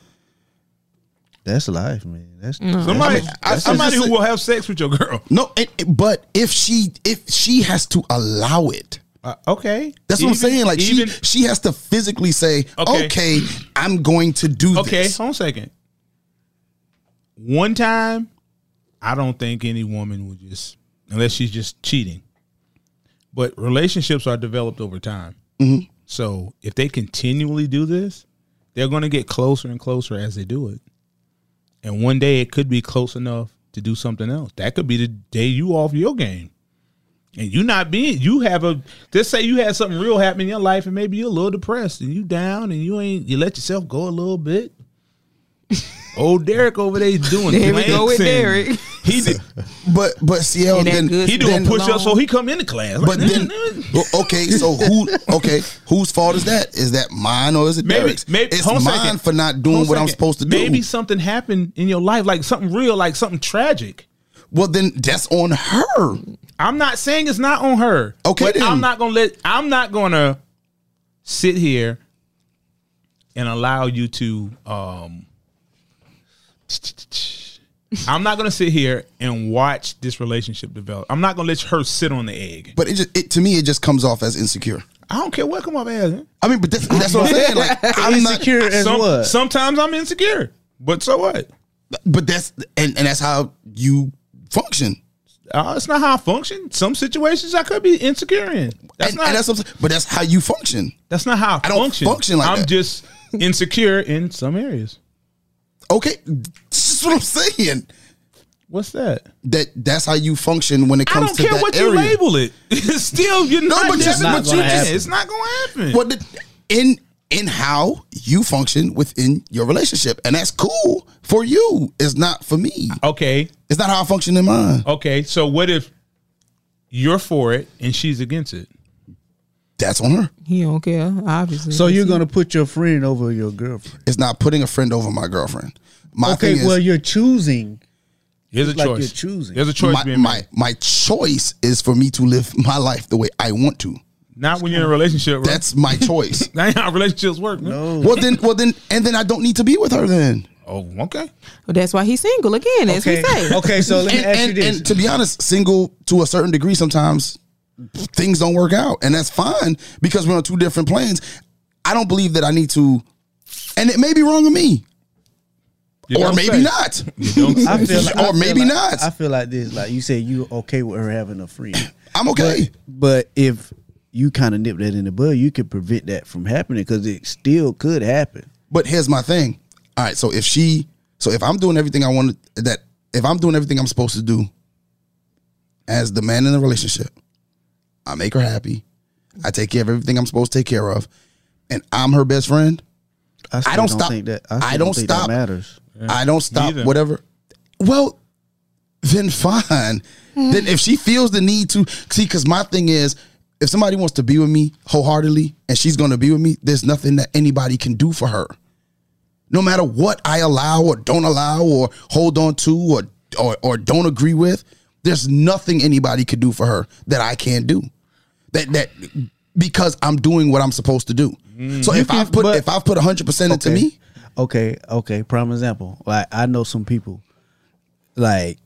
[SPEAKER 5] That's life, man. That's
[SPEAKER 3] Somebody,
[SPEAKER 5] *laughs*
[SPEAKER 4] I- I-
[SPEAKER 3] somebody
[SPEAKER 4] just-
[SPEAKER 3] who will have sex with your girl.
[SPEAKER 4] No, it, it- but if she if she has to allow it.
[SPEAKER 3] Uh, okay,
[SPEAKER 4] That's what I'm
[SPEAKER 3] Even-
[SPEAKER 4] saying. Like
[SPEAKER 3] even,
[SPEAKER 4] she she has to physically say, okay,
[SPEAKER 3] Okay.
[SPEAKER 4] I'm going to do
[SPEAKER 3] okay,
[SPEAKER 4] this.
[SPEAKER 3] hold on a second. One time, I don't think any woman would just unless she's just cheating. But relationships are developed over time. So if they continually do this, they're going to get closer and closer as they do it. And one day it could be close enough to do something else. That could be the day you off your game. And you not being you have a just say you had something real happen in your life and maybe you're a little depressed and you down and you ain't you let yourself go a little
[SPEAKER 4] *laughs*
[SPEAKER 3] bit. Old Derek over there is doing
[SPEAKER 2] There we go with
[SPEAKER 3] planks and
[SPEAKER 2] Derek.
[SPEAKER 3] He did,
[SPEAKER 4] But but CL
[SPEAKER 2] And that
[SPEAKER 4] then
[SPEAKER 2] good
[SPEAKER 3] he doing
[SPEAKER 2] Then-
[SPEAKER 3] push ups so he come into class. Like, *laughs*
[SPEAKER 4] but then well, okay, so who okay, whose fault is that? Is that mine or is it
[SPEAKER 3] Maybe,
[SPEAKER 4] Derek's?
[SPEAKER 3] maybe
[SPEAKER 4] it's
[SPEAKER 3] hold
[SPEAKER 4] mine
[SPEAKER 3] on a second.
[SPEAKER 4] for not
[SPEAKER 3] Hold
[SPEAKER 4] doing
[SPEAKER 3] on a
[SPEAKER 4] what I'm
[SPEAKER 3] second.
[SPEAKER 4] supposed to do.
[SPEAKER 3] Maybe something happened in your life, like something real, like something tragic.
[SPEAKER 4] Well then that's on her.
[SPEAKER 3] I'm not saying it's not on her.
[SPEAKER 4] Okay,
[SPEAKER 3] but
[SPEAKER 4] then.
[SPEAKER 3] I'm not gonna let. I'm not gonna sit here and allow you to. um *laughs* I'm not gonna sit here and watch this relationship develop. I'm not gonna let her sit on the egg.
[SPEAKER 4] But it just it to me it just comes off as insecure.
[SPEAKER 3] I don't care what come up as. man.
[SPEAKER 4] I mean, but that's,
[SPEAKER 3] *laughs*
[SPEAKER 4] that's what I'm saying. Like I'm not
[SPEAKER 5] insecure as
[SPEAKER 3] Some-
[SPEAKER 5] what?
[SPEAKER 3] Sometimes I'm insecure, but so what?
[SPEAKER 4] but that's and, and that's how you function.
[SPEAKER 3] Uh, that's not how I function. Some situations I could be insecure in. That's
[SPEAKER 4] and,
[SPEAKER 3] not.
[SPEAKER 4] and that's
[SPEAKER 3] that's,
[SPEAKER 4] what I'm- but that's how you function.
[SPEAKER 3] not how I,
[SPEAKER 4] don't
[SPEAKER 3] function.
[SPEAKER 4] function like
[SPEAKER 3] I'm
[SPEAKER 4] that.
[SPEAKER 3] just insecure in some areas.
[SPEAKER 4] Okay, that's what I'm saying.
[SPEAKER 3] What's that?
[SPEAKER 4] That that's how you function when it
[SPEAKER 3] I
[SPEAKER 4] comes
[SPEAKER 3] don't
[SPEAKER 4] to
[SPEAKER 3] care
[SPEAKER 4] that
[SPEAKER 3] what
[SPEAKER 4] area.
[SPEAKER 3] you label it. *laughs* It's still you're
[SPEAKER 4] No,
[SPEAKER 3] not.
[SPEAKER 4] but
[SPEAKER 3] just,
[SPEAKER 4] just- but you just-
[SPEAKER 3] it's not going to happen.
[SPEAKER 4] What the, in in how you function within your relationship, and that's cool for you. It's not for me.
[SPEAKER 3] Okay,
[SPEAKER 4] It's not how I function in mine.
[SPEAKER 3] okay. So what if you're for it and she's against it?
[SPEAKER 4] That's on her.
[SPEAKER 2] He don't care, obviously.
[SPEAKER 5] So you're gonna put your friend over your girlfriend?
[SPEAKER 4] It's not putting a friend over my girlfriend. My
[SPEAKER 5] Okay,
[SPEAKER 4] thing is,
[SPEAKER 5] well you're choosing.
[SPEAKER 3] There's a
[SPEAKER 5] like
[SPEAKER 3] choice.
[SPEAKER 5] you're choosing.
[SPEAKER 3] There's a choice
[SPEAKER 4] my,
[SPEAKER 3] being made.
[SPEAKER 4] my my choice is for me to live my life the way I want to.
[SPEAKER 3] Not when you're in a relationship. *laughs* Bro. That's
[SPEAKER 4] That's my *laughs* choice.
[SPEAKER 3] not how relationships work. man.
[SPEAKER 4] well then, well then, and then I don't need to be with her then.
[SPEAKER 3] Oh, okay.
[SPEAKER 2] Well, that's why he's single again, as
[SPEAKER 5] Okay.
[SPEAKER 2] we say.
[SPEAKER 5] Okay, so let me
[SPEAKER 4] and,
[SPEAKER 5] ask you
[SPEAKER 4] and,
[SPEAKER 5] this.
[SPEAKER 4] and to be honest, single to a certain degree, sometimes things don't work out, and that's fine because we're on two different planes. I don't believe that I need to, and it may be wrong of me,
[SPEAKER 3] You
[SPEAKER 4] or
[SPEAKER 3] don't say.
[SPEAKER 4] maybe not.
[SPEAKER 5] *laughs*
[SPEAKER 3] You don't
[SPEAKER 5] I
[SPEAKER 3] say.
[SPEAKER 5] feel like, I
[SPEAKER 4] Or
[SPEAKER 5] feel
[SPEAKER 4] maybe
[SPEAKER 5] like-
[SPEAKER 4] not.
[SPEAKER 5] I feel like this. Like you said, you okay with her having a friend,
[SPEAKER 4] I'm okay.
[SPEAKER 5] but if you kind of nip that in the bud, you could prevent that from happening because it still could happen.
[SPEAKER 4] But here's my thing. All right, so if she, so if I'm doing everything I want to- that, if I'm doing everything I'm supposed to do, as the man in the relationship, I make her happy, I take care of everything I'm supposed to take care of, and I'm her best friend.
[SPEAKER 5] still
[SPEAKER 4] I don't stop.
[SPEAKER 5] Think that,
[SPEAKER 4] I
[SPEAKER 5] still
[SPEAKER 4] don't
[SPEAKER 5] think
[SPEAKER 4] stop.
[SPEAKER 5] That matters.
[SPEAKER 4] I don't stop.
[SPEAKER 3] Neither.
[SPEAKER 4] Whatever. Well, then fine. Then if she feels the need to see, because my thing is, if somebody wants to be with me wholeheartedly and she's going to be with me, there's nothing that anybody can do for her. No matter what I allow or don't allow or hold on to or or, or don't agree with, there's nothing anybody could do for her that I can't do. That that because I'm doing what I'm supposed to do. So if I put
[SPEAKER 5] Mm. but-
[SPEAKER 4] if I put 100 percent into
[SPEAKER 5] Okay.
[SPEAKER 4] me,
[SPEAKER 5] Okay, okay. Prime example. Like I know some people, like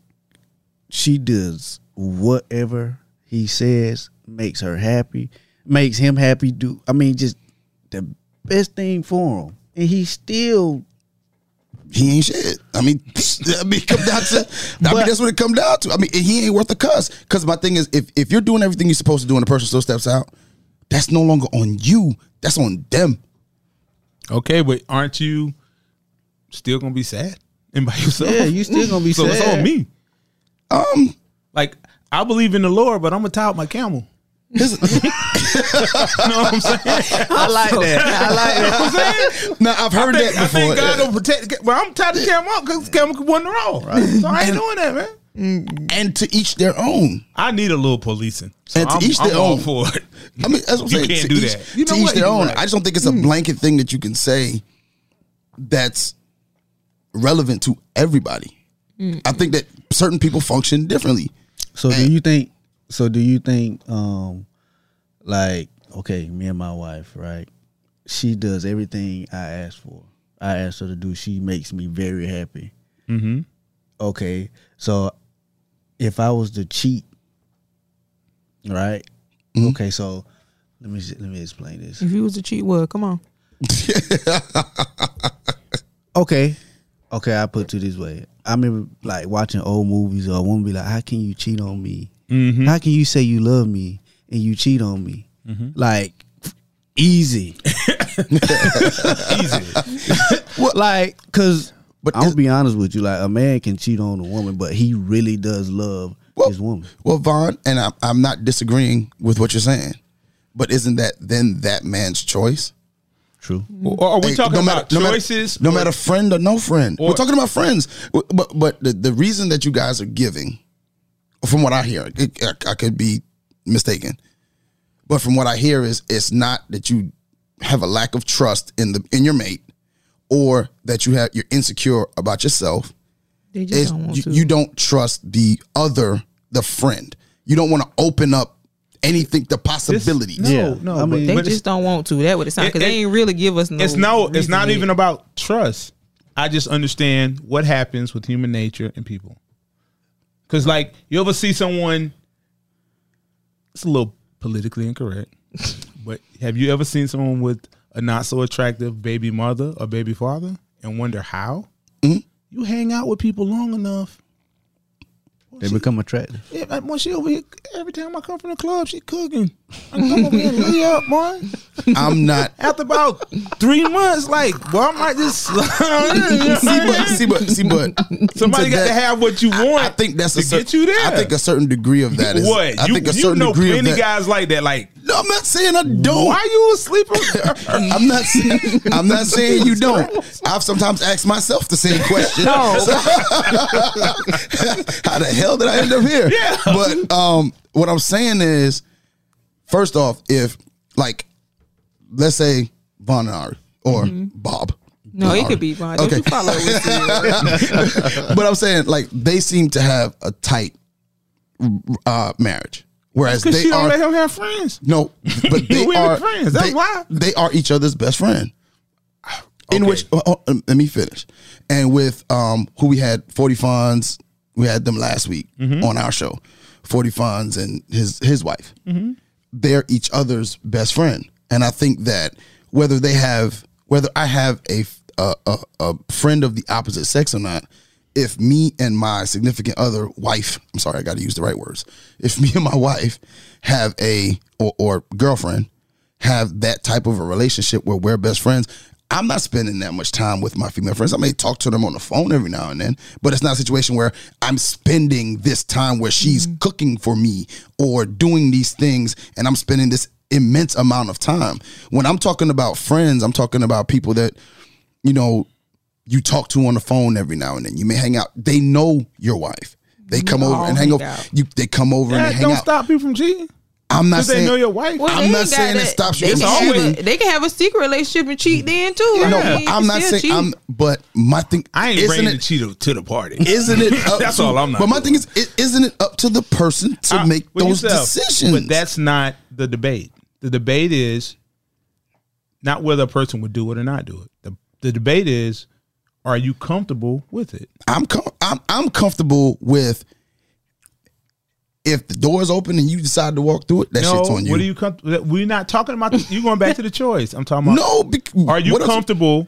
[SPEAKER 5] she does whatever he says makes her happy, makes him happy. Do I mean just the best thing for him, and he still.
[SPEAKER 4] he ain't shit. I mean, *laughs* I mean, come down to, I mean,
[SPEAKER 5] But-
[SPEAKER 4] that's what it come down to. I mean, he ain't worth a cuss. Because my thing is, if if you're doing everything you're supposed to do and the person still steps out, that's no longer on you. That's on them.
[SPEAKER 3] Okay, but aren't you still gonna be sad and by *laughs* yourself?
[SPEAKER 5] Yeah, you still gonna be
[SPEAKER 3] so it's
[SPEAKER 5] sad.
[SPEAKER 3] on me.
[SPEAKER 4] Um,
[SPEAKER 3] Like I believe in the Lord, but I'm gonna tie up my camel.
[SPEAKER 4] his,
[SPEAKER 3] You know what I'm saying? *laughs*
[SPEAKER 5] I like that. I like that.
[SPEAKER 4] *laughs* *laughs* now I've heard
[SPEAKER 3] I think,
[SPEAKER 4] that
[SPEAKER 3] I
[SPEAKER 4] before.
[SPEAKER 3] think God don't protect. Well, I'm tied to camel up because camel could win the roll.
[SPEAKER 4] *laughs*
[SPEAKER 3] So I ain't doing that, man.
[SPEAKER 4] and to each their own.
[SPEAKER 3] I need a little policing. So
[SPEAKER 4] And to
[SPEAKER 3] I'm,
[SPEAKER 4] each
[SPEAKER 3] I'm
[SPEAKER 4] their
[SPEAKER 3] all
[SPEAKER 4] own.
[SPEAKER 3] for
[SPEAKER 4] *laughs*
[SPEAKER 3] it.
[SPEAKER 4] I mean, that's what I'm
[SPEAKER 3] You
[SPEAKER 4] saying.
[SPEAKER 3] can't
[SPEAKER 4] to
[SPEAKER 3] do
[SPEAKER 4] each,
[SPEAKER 3] that. You
[SPEAKER 4] to
[SPEAKER 3] know
[SPEAKER 4] each
[SPEAKER 3] what?
[SPEAKER 4] their
[SPEAKER 3] You're
[SPEAKER 4] own.
[SPEAKER 3] right. Hmm.
[SPEAKER 4] I just don't think it's a blanket thing that you can say that's relevant to everybody.
[SPEAKER 3] Hmm.
[SPEAKER 4] I think that certain people function differently.
[SPEAKER 5] So do you think? So do you think? Um, like okay, me and my wife, right? She does everything I ask for. I ask her to do. She makes me very happy. Mm-hmm. Okay, so if I was to cheat, right? Okay, so let me let me explain this.
[SPEAKER 2] If you was a cheat, would come on.
[SPEAKER 5] Okay. Okay, I put it to this way. I remember like watching old movies or a woman be like, How can you cheat on me? How can you say you love me and you cheat on me? Like *laughs* easy.
[SPEAKER 3] Easy.
[SPEAKER 5] like cause
[SPEAKER 4] But
[SPEAKER 5] but
[SPEAKER 4] is-
[SPEAKER 5] I'll be honest with you, like a man can cheat on a woman, but he really does love his woman.
[SPEAKER 4] Well, Vaughn, and I'm, I'm not disagreeing with what you're saying, but isn't that then that man's choice?
[SPEAKER 5] True.
[SPEAKER 3] or are we
[SPEAKER 4] Hey,
[SPEAKER 3] talking about
[SPEAKER 4] no
[SPEAKER 3] choices?
[SPEAKER 4] no
[SPEAKER 3] or-
[SPEAKER 4] matter friend or no friend. We're
[SPEAKER 3] or-
[SPEAKER 4] talking about friends, W- but but the, the reason that you guys are giving, from what I hear, it, I, I could be mistaken, but from what I hear is it's not that you have a lack of trust in the in your mate, or that you have you're insecure about yourself.
[SPEAKER 2] They just
[SPEAKER 4] It's
[SPEAKER 2] don't want
[SPEAKER 4] you,
[SPEAKER 2] to.
[SPEAKER 4] you don't trust the other, the friend. You don't want to open up anything, the possibilities.
[SPEAKER 3] no,
[SPEAKER 5] Yeah.
[SPEAKER 3] no.
[SPEAKER 5] I mean-
[SPEAKER 3] but,
[SPEAKER 2] they
[SPEAKER 3] but
[SPEAKER 2] just don't want to. That what it sounds
[SPEAKER 3] It-
[SPEAKER 2] because they
[SPEAKER 3] it-
[SPEAKER 2] ain't really give us no.
[SPEAKER 3] it's no it's not
[SPEAKER 2] reason
[SPEAKER 3] even
[SPEAKER 2] yet.
[SPEAKER 3] about trust i just understand what happens with human nature and people because like you ever see someone it's a little politically incorrect but have you ever seen someone with a not so attractive baby mother or baby father and wonder how you hang out with people long enough
[SPEAKER 5] They become attractive.
[SPEAKER 3] yeah, like, boy, she over here. Every time I come from the club, she cooking. I come over here and lay up, boy
[SPEAKER 4] I'm
[SPEAKER 3] *laughs*
[SPEAKER 4] not
[SPEAKER 3] after about three months, like, well, I might just *laughs*
[SPEAKER 4] see, but see, but see, but
[SPEAKER 3] somebody got
[SPEAKER 4] that-
[SPEAKER 3] to have *laughs* what you want.
[SPEAKER 4] I think that's a
[SPEAKER 3] to
[SPEAKER 4] cer-
[SPEAKER 3] get you there.
[SPEAKER 4] I think a certain degree of that is
[SPEAKER 3] what
[SPEAKER 4] I
[SPEAKER 3] you,
[SPEAKER 4] think a
[SPEAKER 3] you
[SPEAKER 4] certain
[SPEAKER 3] know
[SPEAKER 4] degree of
[SPEAKER 3] plenty
[SPEAKER 4] that.
[SPEAKER 3] guys like that. Like,
[SPEAKER 4] No, I'm not saying I don't.
[SPEAKER 3] why you asleep?
[SPEAKER 4] *laughs* I'm not. saying- I'm not saying
[SPEAKER 3] *laughs*
[SPEAKER 4] you don't. I've sometimes asked myself the same question. *laughs* How the hell did I end up here?
[SPEAKER 3] Yeah.
[SPEAKER 4] But um, what I'm saying is, first off, if like, let's say Von and Ari or Bob.
[SPEAKER 2] Mm-hmm. No, it could be fine. Don't you follow with you.
[SPEAKER 4] *laughs* but I'm saying like they seem to have a tight uh, marriage, whereas
[SPEAKER 3] Because she
[SPEAKER 4] they
[SPEAKER 3] don't
[SPEAKER 4] are
[SPEAKER 3] let him have friends.
[SPEAKER 4] no, but
[SPEAKER 3] *laughs*
[SPEAKER 4] they
[SPEAKER 3] We were
[SPEAKER 4] are
[SPEAKER 3] friends, that's
[SPEAKER 4] they,
[SPEAKER 3] why.
[SPEAKER 4] they are each other's best friend. In
[SPEAKER 3] Okay.
[SPEAKER 4] which, oh, oh, um, let me finish. And with um, who we had, Forty Fonz, we had them last week
[SPEAKER 3] Mm-hmm.
[SPEAKER 4] on our show. Forty Fonz and his his wife, they're each other's best friend, and I think that whether they have, whether I have a f- a, a, a friend of the opposite sex or not, if me and my significant other wife, I'm sorry, I got to use the right words. If *laughs* me and my wife have a or, or girlfriend, have that type of a relationship where we're best friends, I'm not spending that much time with my female friends. I may talk to them on the phone every now and then, but it's not a situation where I'm spending this time where she's cooking for me or doing these things and I'm spending this immense amount of time. When I'm talking about friends, I'm talking about people that, you know, you talk to on the phone every now and then. You may hang out. They know your wife. Mm-hmm. They come over and hang
[SPEAKER 2] hang
[SPEAKER 4] over.
[SPEAKER 2] out.
[SPEAKER 4] You, they come over and
[SPEAKER 3] That
[SPEAKER 4] they hang
[SPEAKER 3] don't
[SPEAKER 4] out.
[SPEAKER 3] stop you from cheating.
[SPEAKER 4] I'm not
[SPEAKER 3] Because they
[SPEAKER 4] saying
[SPEAKER 3] know your wife.
[SPEAKER 4] Well, I'm
[SPEAKER 2] they
[SPEAKER 4] not
[SPEAKER 2] ain't got
[SPEAKER 4] saying it
[SPEAKER 2] that-
[SPEAKER 4] stops you.
[SPEAKER 2] They
[SPEAKER 4] It's
[SPEAKER 2] can, have
[SPEAKER 3] always-
[SPEAKER 2] a, they can have a secret relationship and cheat then too.
[SPEAKER 4] no,
[SPEAKER 2] I mean,
[SPEAKER 4] but I'm
[SPEAKER 2] you
[SPEAKER 4] not
[SPEAKER 2] still
[SPEAKER 4] saying
[SPEAKER 2] cheat.
[SPEAKER 4] I'm. But my thing,
[SPEAKER 3] I ain't
[SPEAKER 4] isn't
[SPEAKER 3] bringing the
[SPEAKER 4] it-
[SPEAKER 3] Cheeto to the party. *laughs*
[SPEAKER 4] Isn't it? Up
[SPEAKER 3] That's
[SPEAKER 4] to-
[SPEAKER 3] all I'm not
[SPEAKER 4] But my
[SPEAKER 3] doing. Ah,
[SPEAKER 4] thing is, is isn't it up to the person to
[SPEAKER 3] I-
[SPEAKER 4] make
[SPEAKER 3] with
[SPEAKER 4] those
[SPEAKER 3] yourself.
[SPEAKER 4] decisions?
[SPEAKER 3] But that's not the debate. The debate is not whether a person would do it or not do it. The the debate is are you comfortable with it?
[SPEAKER 4] I'm com- I'm I'm comfortable with. If the door's open and you decide to walk through it, that shit's on you.
[SPEAKER 3] What are you comfortable? We're not talking about. The, you're going back to the choice. I'm talking about.
[SPEAKER 4] no, bec-
[SPEAKER 3] Are you
[SPEAKER 4] what else-
[SPEAKER 3] comfortable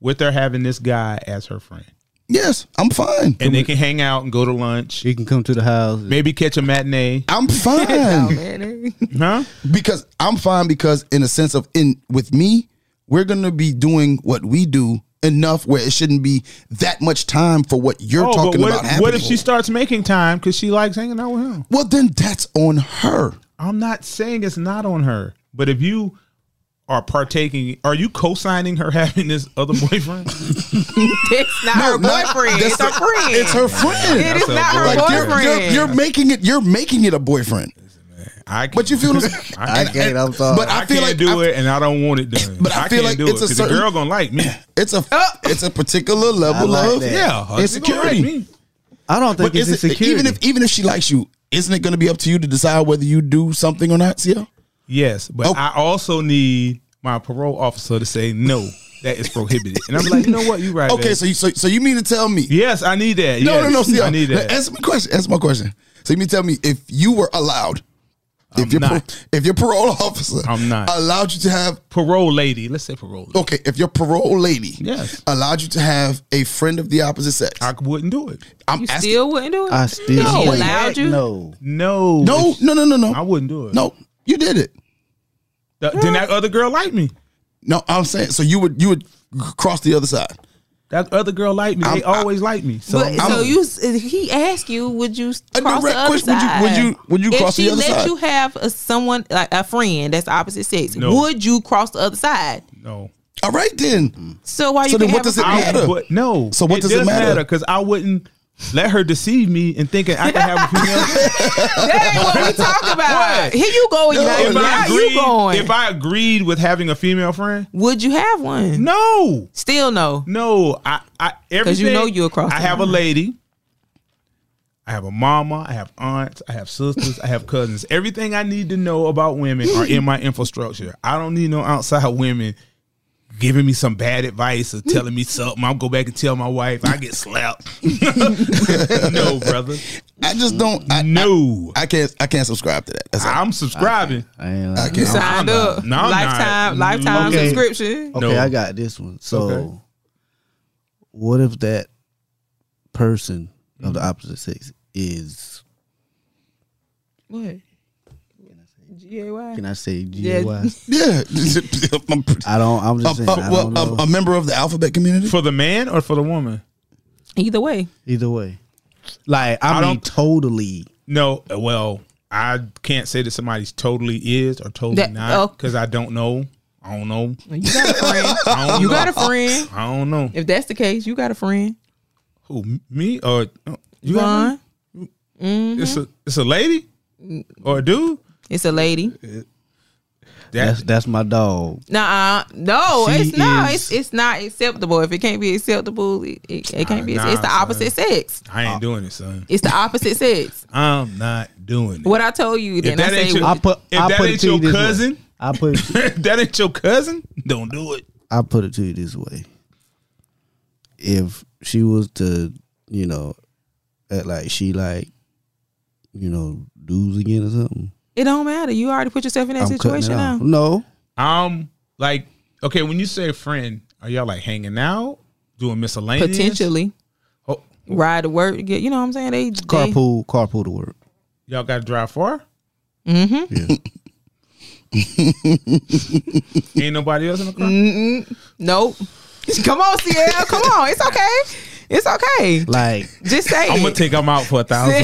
[SPEAKER 3] with her having this guy as her friend?
[SPEAKER 4] Yes, I'm fine.
[SPEAKER 3] And they can hang out and go to lunch.
[SPEAKER 5] You can come to the house.
[SPEAKER 3] Maybe catch a matinee, *laughs*
[SPEAKER 4] I'm *laughs* fine.
[SPEAKER 3] huh?
[SPEAKER 4] because I'm fine because in a sense of in with me, we're gonna be doing what we do enough where it shouldn't be that much time for what you're talking
[SPEAKER 3] Oh, what,
[SPEAKER 4] about.
[SPEAKER 3] if, what if
[SPEAKER 4] happening.
[SPEAKER 3] she starts making time because she likes hanging out with him?
[SPEAKER 4] Well, then that's on her.
[SPEAKER 3] I'm not saying it's not on her, but if you are partaking, are you co-signing her *laughs* having this other boyfriend?
[SPEAKER 2] *laughs* It's not her
[SPEAKER 4] not-
[SPEAKER 2] boyfriend.
[SPEAKER 4] that's
[SPEAKER 2] It's her
[SPEAKER 4] a-
[SPEAKER 2] friend.
[SPEAKER 4] It's her friend.
[SPEAKER 2] It is
[SPEAKER 3] her
[SPEAKER 2] not her
[SPEAKER 3] boyfriend.
[SPEAKER 4] Like, you're-
[SPEAKER 2] boyfriend.
[SPEAKER 4] you're, you're making it. You're making it a boyfriend.
[SPEAKER 3] I can't,
[SPEAKER 4] But you feel. what I'm saying?
[SPEAKER 3] *laughs*
[SPEAKER 5] I
[SPEAKER 4] And-
[SPEAKER 5] can't,
[SPEAKER 4] and-
[SPEAKER 5] I'm sorry.
[SPEAKER 4] But I,
[SPEAKER 3] I
[SPEAKER 4] feel
[SPEAKER 3] can't
[SPEAKER 4] like
[SPEAKER 3] do
[SPEAKER 4] I-
[SPEAKER 3] it, and I don't want it done.
[SPEAKER 4] But I feel
[SPEAKER 3] can't
[SPEAKER 4] like
[SPEAKER 3] do
[SPEAKER 4] it's
[SPEAKER 3] it 'cause
[SPEAKER 4] a
[SPEAKER 3] the
[SPEAKER 4] certain-
[SPEAKER 3] girl gonna like me.
[SPEAKER 4] It's a.
[SPEAKER 2] Oh.
[SPEAKER 4] It's a particular level
[SPEAKER 5] like
[SPEAKER 4] of
[SPEAKER 5] that.
[SPEAKER 3] Yeah, she
[SPEAKER 4] insecurity.
[SPEAKER 3] gonna like me.
[SPEAKER 5] I don't think
[SPEAKER 4] But
[SPEAKER 5] it's
[SPEAKER 4] is it,
[SPEAKER 5] insecurity.
[SPEAKER 4] even if even if she likes you, isn't it going to be up to you to decide whether you do something or not, Sia?
[SPEAKER 3] Yes, but
[SPEAKER 4] Oh.
[SPEAKER 3] I also need my parole officer to say no. That is prohibited, and I'm like, you know what? You right.
[SPEAKER 4] Okay,
[SPEAKER 3] babe.
[SPEAKER 4] so you so, so you mean to tell me?
[SPEAKER 3] yes, I need that.
[SPEAKER 4] No,
[SPEAKER 3] yes,
[SPEAKER 4] no, no, Sia.
[SPEAKER 3] I need that.
[SPEAKER 4] Answer my question. Answer my question. So you mean to tell me if you were allowed, if your par-
[SPEAKER 3] not.
[SPEAKER 4] if your parole *laughs* officer
[SPEAKER 3] I'm not.
[SPEAKER 4] allowed you to have
[SPEAKER 3] parole lady, let's say parole. Lady.
[SPEAKER 4] okay, if your parole lady
[SPEAKER 3] Yes.
[SPEAKER 4] allowed you to have a friend of the opposite sex,
[SPEAKER 3] I wouldn't do it.
[SPEAKER 4] I'm
[SPEAKER 2] you
[SPEAKER 4] asking.
[SPEAKER 2] still wouldn't do it.
[SPEAKER 5] I still
[SPEAKER 2] If she
[SPEAKER 4] No.
[SPEAKER 2] allowed you.
[SPEAKER 5] No.
[SPEAKER 3] No,
[SPEAKER 4] no, no, no, no, no.
[SPEAKER 3] I wouldn't do it.
[SPEAKER 4] No, you did it.
[SPEAKER 3] Th- then that other girl like me.
[SPEAKER 4] No, I'm saying so you would you would cross the other side.
[SPEAKER 3] That other girl liked me. They
[SPEAKER 4] I'm- I-
[SPEAKER 3] always like me. So
[SPEAKER 2] But
[SPEAKER 3] I'm-
[SPEAKER 2] so you, s- he asked you, would you
[SPEAKER 4] A
[SPEAKER 2] cross the
[SPEAKER 4] direct
[SPEAKER 2] other
[SPEAKER 4] question, would you-
[SPEAKER 2] side?
[SPEAKER 4] would you- would you
[SPEAKER 2] if
[SPEAKER 4] cross
[SPEAKER 2] she
[SPEAKER 4] the other
[SPEAKER 2] let
[SPEAKER 4] side?
[SPEAKER 2] you have a, someone like a friend that's the opposite sex?
[SPEAKER 3] No.
[SPEAKER 2] Would you cross the other side?
[SPEAKER 3] no.
[SPEAKER 4] All right then.
[SPEAKER 2] So why
[SPEAKER 4] So
[SPEAKER 2] you
[SPEAKER 4] then
[SPEAKER 2] can
[SPEAKER 4] what
[SPEAKER 2] have a
[SPEAKER 4] does it
[SPEAKER 2] friend?
[SPEAKER 3] I
[SPEAKER 4] matter?
[SPEAKER 3] would- no.
[SPEAKER 4] So what does it
[SPEAKER 3] does
[SPEAKER 4] matter?
[SPEAKER 3] Because I wouldn't let her deceive me and thinking I could have
[SPEAKER 4] *laughs*
[SPEAKER 3] a female.
[SPEAKER 2] *laughs* That ain't what we talk about.
[SPEAKER 3] *laughs* What?
[SPEAKER 2] Here you go, United.
[SPEAKER 3] if, I
[SPEAKER 2] Now you
[SPEAKER 3] agreed,
[SPEAKER 2] going?
[SPEAKER 3] if I agreed with having a female friend,
[SPEAKER 2] would you have one?
[SPEAKER 3] no,
[SPEAKER 2] Still no.
[SPEAKER 3] no. I, I everything.
[SPEAKER 2] know you're across
[SPEAKER 3] I
[SPEAKER 2] the
[SPEAKER 3] have a
[SPEAKER 2] line.
[SPEAKER 3] lady. I have a mama. I have aunts. I have sisters. I have cousins. Everything I need to know about women are in my infrastructure. I don't need no outside women giving me some bad advice or telling me something. I'll go back and tell my wife. I get slapped. *laughs* no, brother.
[SPEAKER 4] I just don't. I,
[SPEAKER 3] No.
[SPEAKER 4] I can't. I can't subscribe to that. That's all.
[SPEAKER 3] I'm subscribing.
[SPEAKER 5] I ain't
[SPEAKER 4] I
[SPEAKER 5] like,
[SPEAKER 4] can't.
[SPEAKER 2] Signed up.
[SPEAKER 3] No, I'm not. Mm,
[SPEAKER 2] lifetime, lifetime
[SPEAKER 5] Okay.
[SPEAKER 2] subscription.
[SPEAKER 5] okay,
[SPEAKER 3] No.
[SPEAKER 5] I got this one. So,
[SPEAKER 3] Okay.
[SPEAKER 5] what if that person of the opposite sex is?
[SPEAKER 2] What? G A Y.
[SPEAKER 5] Can I say GY?
[SPEAKER 4] Yeah. *laughs* I'm pr-
[SPEAKER 5] I don't. I'm
[SPEAKER 3] *laughs*
[SPEAKER 4] a,
[SPEAKER 5] just saying. I
[SPEAKER 4] a,
[SPEAKER 5] don't
[SPEAKER 4] well,
[SPEAKER 3] um,
[SPEAKER 5] know.
[SPEAKER 4] a, a member of the alphabet community.
[SPEAKER 3] For the man or for the woman?
[SPEAKER 2] Either way,
[SPEAKER 5] Either way, like I,
[SPEAKER 3] I
[SPEAKER 5] mean,
[SPEAKER 3] don't-
[SPEAKER 5] totally.
[SPEAKER 3] No. Well, I can't say that somebody's totally is or totally
[SPEAKER 2] That- oh.
[SPEAKER 3] not because I don't know. I don't know.
[SPEAKER 2] you got
[SPEAKER 3] *laughs*
[SPEAKER 2] a friend.
[SPEAKER 3] I don't
[SPEAKER 2] you
[SPEAKER 3] know.
[SPEAKER 2] got a friend.
[SPEAKER 3] I don't know.
[SPEAKER 2] If that's the case, you got a friend.
[SPEAKER 3] Who m- me or uh, you? got one?
[SPEAKER 2] Ron, Mm-hmm.
[SPEAKER 3] It's a it's a lady or a dude.
[SPEAKER 2] it's a lady.
[SPEAKER 5] That's
[SPEAKER 3] That
[SPEAKER 5] that's my dog.
[SPEAKER 2] Nah, no,
[SPEAKER 5] She
[SPEAKER 2] it's not.
[SPEAKER 5] is-
[SPEAKER 2] It's it's not acceptable. If it can't be acceptable, it, it, it can't be.
[SPEAKER 3] Nah,
[SPEAKER 2] it's the
[SPEAKER 3] son.
[SPEAKER 2] opposite sex.
[SPEAKER 3] I ain't doing it, son.
[SPEAKER 2] It's the opposite sex.
[SPEAKER 3] I'm not doing it. *laughs*
[SPEAKER 2] What I told you, then I
[SPEAKER 3] that
[SPEAKER 2] say
[SPEAKER 3] ain't your-
[SPEAKER 5] I put.
[SPEAKER 3] If
[SPEAKER 5] I
[SPEAKER 3] that
[SPEAKER 5] put
[SPEAKER 3] ain't
[SPEAKER 5] it to
[SPEAKER 3] your
[SPEAKER 5] you this way.
[SPEAKER 3] cousin?
[SPEAKER 5] I put.
[SPEAKER 3] that ain't your cousin. Don't do it.
[SPEAKER 5] I put it to you this way. if she was to, you know, act like she like, you know, lose again or something.
[SPEAKER 2] It don't matter. You already put yourself in that
[SPEAKER 5] I'm cutting it
[SPEAKER 2] situation now.
[SPEAKER 5] off. No.
[SPEAKER 3] Um, like, okay, when you say friend, are y'all like hanging out, doing miscellaneous?
[SPEAKER 2] Potentially.
[SPEAKER 3] Oh,
[SPEAKER 2] Ride to work. Get, you know what I'm saying? They,
[SPEAKER 5] Carpool carpool to work.
[SPEAKER 3] y'all got to drive far.
[SPEAKER 5] Yeah.
[SPEAKER 3] Ain't nobody else in the car.
[SPEAKER 2] They, nope. *laughs* Come on, CL. Come on. It's okay. It's okay.
[SPEAKER 5] *laughs* like
[SPEAKER 2] Just say
[SPEAKER 3] I'm gonna
[SPEAKER 2] it.
[SPEAKER 3] take them out for
[SPEAKER 2] *laughs*
[SPEAKER 3] a thousand.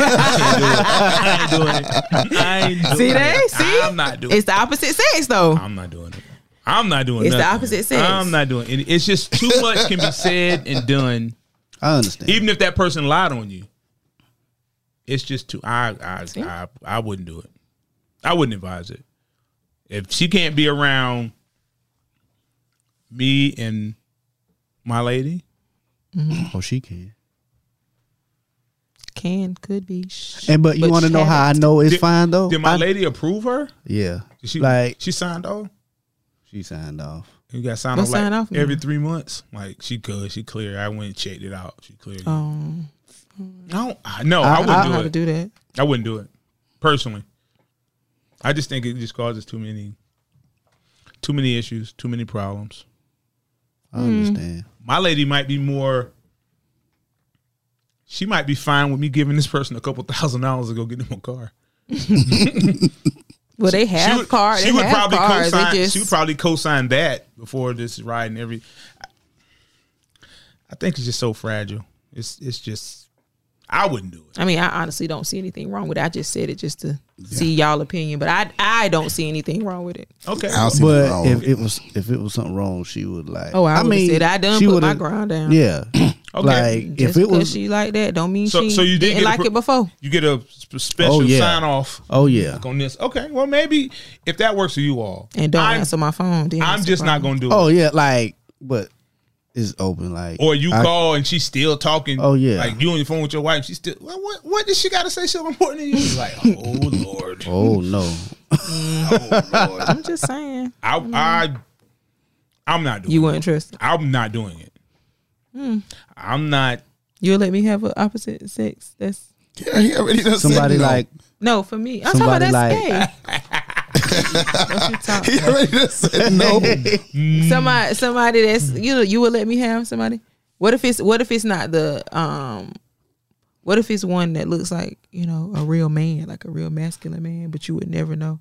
[SPEAKER 3] *laughs* I ain't doing it. I ain't doing
[SPEAKER 2] See
[SPEAKER 3] it.
[SPEAKER 2] that? See?
[SPEAKER 3] I'm not doing. it.
[SPEAKER 2] It's the opposite sex, though.
[SPEAKER 3] I'm not doing it. I'm not doing.
[SPEAKER 2] It's the
[SPEAKER 3] nothing.
[SPEAKER 2] opposite sex.
[SPEAKER 3] I'm not doing. It. It's just too much can be said and done,
[SPEAKER 5] I understand.
[SPEAKER 3] even if that person lied on you. It's just too. I I I, I wouldn't do it. I wouldn't advise it. If she can't be around me and my lady,
[SPEAKER 5] oh, she can.
[SPEAKER 2] Can, could be.
[SPEAKER 5] And but you want to know how I know it's
[SPEAKER 3] Did-
[SPEAKER 5] fine though?
[SPEAKER 3] did my
[SPEAKER 5] I-
[SPEAKER 3] lady approve her?
[SPEAKER 5] yeah.
[SPEAKER 3] Did she
[SPEAKER 5] like
[SPEAKER 3] she signed off.
[SPEAKER 5] she signed off.
[SPEAKER 3] You got signed
[SPEAKER 2] Don't
[SPEAKER 3] off like
[SPEAKER 2] sign off,
[SPEAKER 3] every
[SPEAKER 2] man.
[SPEAKER 3] three months. Like she good, she clear. I went and checked it out. She clear.
[SPEAKER 2] Um,
[SPEAKER 3] I don't. I, no, I,
[SPEAKER 5] I-
[SPEAKER 2] I don't know
[SPEAKER 3] wouldn't
[SPEAKER 2] how
[SPEAKER 3] do
[SPEAKER 2] to
[SPEAKER 3] it.
[SPEAKER 2] do that.
[SPEAKER 3] I wouldn't do it personally. I just think it just causes too many, too many issues, too many problems.
[SPEAKER 5] I understand.
[SPEAKER 3] My lady might be more. She might be fine with me giving this person a couple thousand dollars to go get them a car.
[SPEAKER 2] Well, they have
[SPEAKER 3] she would,
[SPEAKER 2] cars.
[SPEAKER 3] she
[SPEAKER 2] they
[SPEAKER 3] would
[SPEAKER 2] have
[SPEAKER 3] probably
[SPEAKER 2] cars. They
[SPEAKER 3] co-sign.
[SPEAKER 2] just,
[SPEAKER 3] She would probably co-sign that before this riding every. I think it's just so fragile. It's it's just. I wouldn't do it.
[SPEAKER 2] I mean, I honestly don't see anything wrong with it. I just said it just to see y'all opinion, but I I don't see anything wrong with it.
[SPEAKER 3] Okay.
[SPEAKER 4] I don't see nothing
[SPEAKER 5] But
[SPEAKER 4] wrong
[SPEAKER 5] if
[SPEAKER 4] with it.
[SPEAKER 5] it was if it was something wrong, she would like.
[SPEAKER 2] Oh, I,
[SPEAKER 5] I
[SPEAKER 2] would mean,
[SPEAKER 5] mean,
[SPEAKER 2] said I done
[SPEAKER 5] she
[SPEAKER 2] put my
[SPEAKER 5] would've-
[SPEAKER 2] ground down.
[SPEAKER 5] Yeah. *clears throat*
[SPEAKER 3] Okay.
[SPEAKER 5] Like
[SPEAKER 2] Just
[SPEAKER 5] if it
[SPEAKER 2] because
[SPEAKER 5] was.
[SPEAKER 2] she like that, don't mean
[SPEAKER 3] So-
[SPEAKER 2] she
[SPEAKER 3] so you did
[SPEAKER 2] didn't
[SPEAKER 3] get
[SPEAKER 2] like
[SPEAKER 3] appro-
[SPEAKER 2] it before.
[SPEAKER 3] you get a sp- special
[SPEAKER 5] Oh, yeah.
[SPEAKER 3] sign off
[SPEAKER 5] oh yeah.
[SPEAKER 3] on this. Okay. Well, maybe if that works for you all,
[SPEAKER 2] And don't
[SPEAKER 3] I'm,
[SPEAKER 2] answer my phone. then
[SPEAKER 3] I'm
[SPEAKER 2] that's the
[SPEAKER 3] just not
[SPEAKER 2] problem.
[SPEAKER 3] gonna do it.
[SPEAKER 5] Oh yeah. Like but it's open. Like
[SPEAKER 3] Or you
[SPEAKER 5] I-
[SPEAKER 3] call and she's still talking.
[SPEAKER 5] Oh, yeah.
[SPEAKER 3] like you on your phone with your wife. She's still. Well, what what does she got to say? So important to you? Like, oh lord.
[SPEAKER 5] *laughs* Oh no.
[SPEAKER 2] I'm just saying
[SPEAKER 3] I I I'm not doing.
[SPEAKER 2] you
[SPEAKER 3] it.
[SPEAKER 2] weren't trust.
[SPEAKER 3] I'm not doing it.
[SPEAKER 2] Hmm.
[SPEAKER 3] I'm not.
[SPEAKER 2] You'll let me have an opposite sex. That's
[SPEAKER 4] Yeah, he already done said
[SPEAKER 5] Somebody
[SPEAKER 4] no.
[SPEAKER 5] like
[SPEAKER 2] no for me. I'm
[SPEAKER 5] Somebody
[SPEAKER 2] talking about
[SPEAKER 5] like-
[SPEAKER 2] that's gay. Don't you
[SPEAKER 3] *laughs*
[SPEAKER 2] talk.
[SPEAKER 4] He already done
[SPEAKER 5] *laughs*
[SPEAKER 4] said no.
[SPEAKER 2] somebody somebody that's you know you would let me have somebody what if it's what if it's not the um what if it's one that looks like you know a real man like a real masculine man but you would never know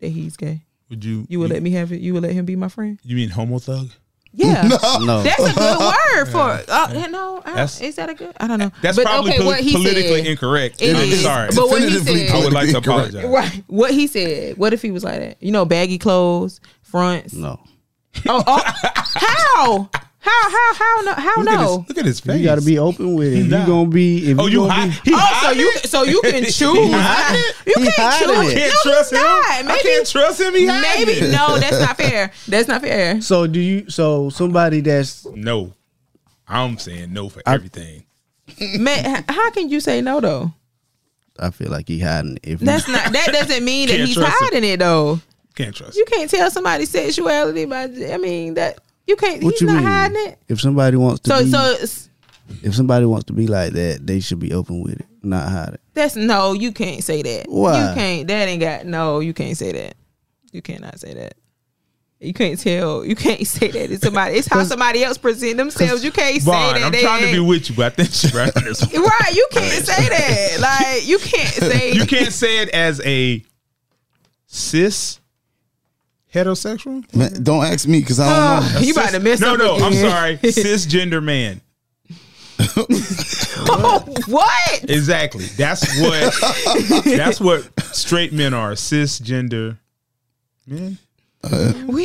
[SPEAKER 2] that he's gay
[SPEAKER 3] Would you?
[SPEAKER 2] you would let me have it you would let him be my friend
[SPEAKER 3] *laughs* You mean homo thug?
[SPEAKER 2] yeah
[SPEAKER 5] no.
[SPEAKER 2] that's a
[SPEAKER 3] *laughs*
[SPEAKER 2] good word for uh, you know I,
[SPEAKER 3] That's-
[SPEAKER 2] is that a good i don't know
[SPEAKER 3] That's
[SPEAKER 2] but
[SPEAKER 3] probably
[SPEAKER 2] okay
[SPEAKER 3] poli-
[SPEAKER 2] what he
[SPEAKER 3] politically
[SPEAKER 2] said
[SPEAKER 3] incorrect.
[SPEAKER 2] It
[SPEAKER 3] I'm
[SPEAKER 2] is.
[SPEAKER 3] sorry.
[SPEAKER 2] But what he
[SPEAKER 4] Definitively
[SPEAKER 2] said-
[SPEAKER 3] I would like to
[SPEAKER 4] politically
[SPEAKER 3] apologize.
[SPEAKER 4] incorrect.
[SPEAKER 2] right what he said what if he was like that you know baggy clothes fronts
[SPEAKER 5] No.
[SPEAKER 2] oh,
[SPEAKER 3] *laughs*
[SPEAKER 2] oh how how how how no how
[SPEAKER 3] Look,
[SPEAKER 2] no
[SPEAKER 3] at his, look at his face.
[SPEAKER 5] You got to be open with it. If you
[SPEAKER 3] not.
[SPEAKER 5] gonna be. If
[SPEAKER 3] Oh, you
[SPEAKER 5] gonna
[SPEAKER 3] hot?
[SPEAKER 5] be-
[SPEAKER 3] He
[SPEAKER 2] Oh, so
[SPEAKER 3] hiding
[SPEAKER 2] you
[SPEAKER 3] it?
[SPEAKER 2] so you can
[SPEAKER 3] *laughs* He
[SPEAKER 2] choose.
[SPEAKER 3] hiding it?
[SPEAKER 2] You
[SPEAKER 5] He
[SPEAKER 2] can't
[SPEAKER 5] hiding
[SPEAKER 2] choose.
[SPEAKER 5] it.
[SPEAKER 3] Can't
[SPEAKER 2] no,
[SPEAKER 3] trust
[SPEAKER 2] he's
[SPEAKER 3] him.
[SPEAKER 2] not.
[SPEAKER 3] I can't
[SPEAKER 2] Maybe,
[SPEAKER 3] trust him. He hiding
[SPEAKER 2] maybe
[SPEAKER 3] it.
[SPEAKER 2] no. That's not fair. That's not fair.
[SPEAKER 3] *laughs*
[SPEAKER 5] So do you? So somebody that's
[SPEAKER 3] No, I'm saying no for everything.
[SPEAKER 2] Man, how can you say no though?
[SPEAKER 5] I feel like he hiding. it. If he-
[SPEAKER 2] That's not. That doesn't mean that
[SPEAKER 3] Can't
[SPEAKER 2] he's
[SPEAKER 3] trust him.
[SPEAKER 2] hiding it though.
[SPEAKER 3] Can't trust.
[SPEAKER 2] You can't tell somebody sexuality by. I mean that you can't.
[SPEAKER 5] what
[SPEAKER 2] he's
[SPEAKER 5] you
[SPEAKER 2] not
[SPEAKER 5] mean?
[SPEAKER 2] hiding it.
[SPEAKER 5] If somebody wants to
[SPEAKER 2] So
[SPEAKER 5] be,
[SPEAKER 2] so it's-
[SPEAKER 5] if somebody wants to be like that, they should be open with it, not hide it.
[SPEAKER 2] that's no. You can't say that.
[SPEAKER 5] Why?
[SPEAKER 2] You can't. That ain't got no. You can't say that. You cannot say that. You can't tell. You can't *laughs* say that to somebody. It's how somebody else present themselves. You can't say
[SPEAKER 3] Vaughn,
[SPEAKER 2] that.
[SPEAKER 3] I'm
[SPEAKER 2] they
[SPEAKER 3] trying to
[SPEAKER 2] ain't-
[SPEAKER 3] be with you, but I think she's right on this
[SPEAKER 2] *laughs*
[SPEAKER 3] one.
[SPEAKER 2] Right, you can't say that. Like you
[SPEAKER 3] *laughs*
[SPEAKER 2] can't say
[SPEAKER 3] You can't say it as a cis heterosexual.
[SPEAKER 4] Man, don't ask me because I don't know.
[SPEAKER 2] Ugh, Ah, Oh, you about to mess
[SPEAKER 3] no,
[SPEAKER 2] up.
[SPEAKER 3] no. I'm
[SPEAKER 2] again. *laughs*
[SPEAKER 3] sorry. Cisgender man.
[SPEAKER 2] Oh, what?
[SPEAKER 3] Exactly. That's what. that's what straight men are. Cisgender. Men.
[SPEAKER 2] We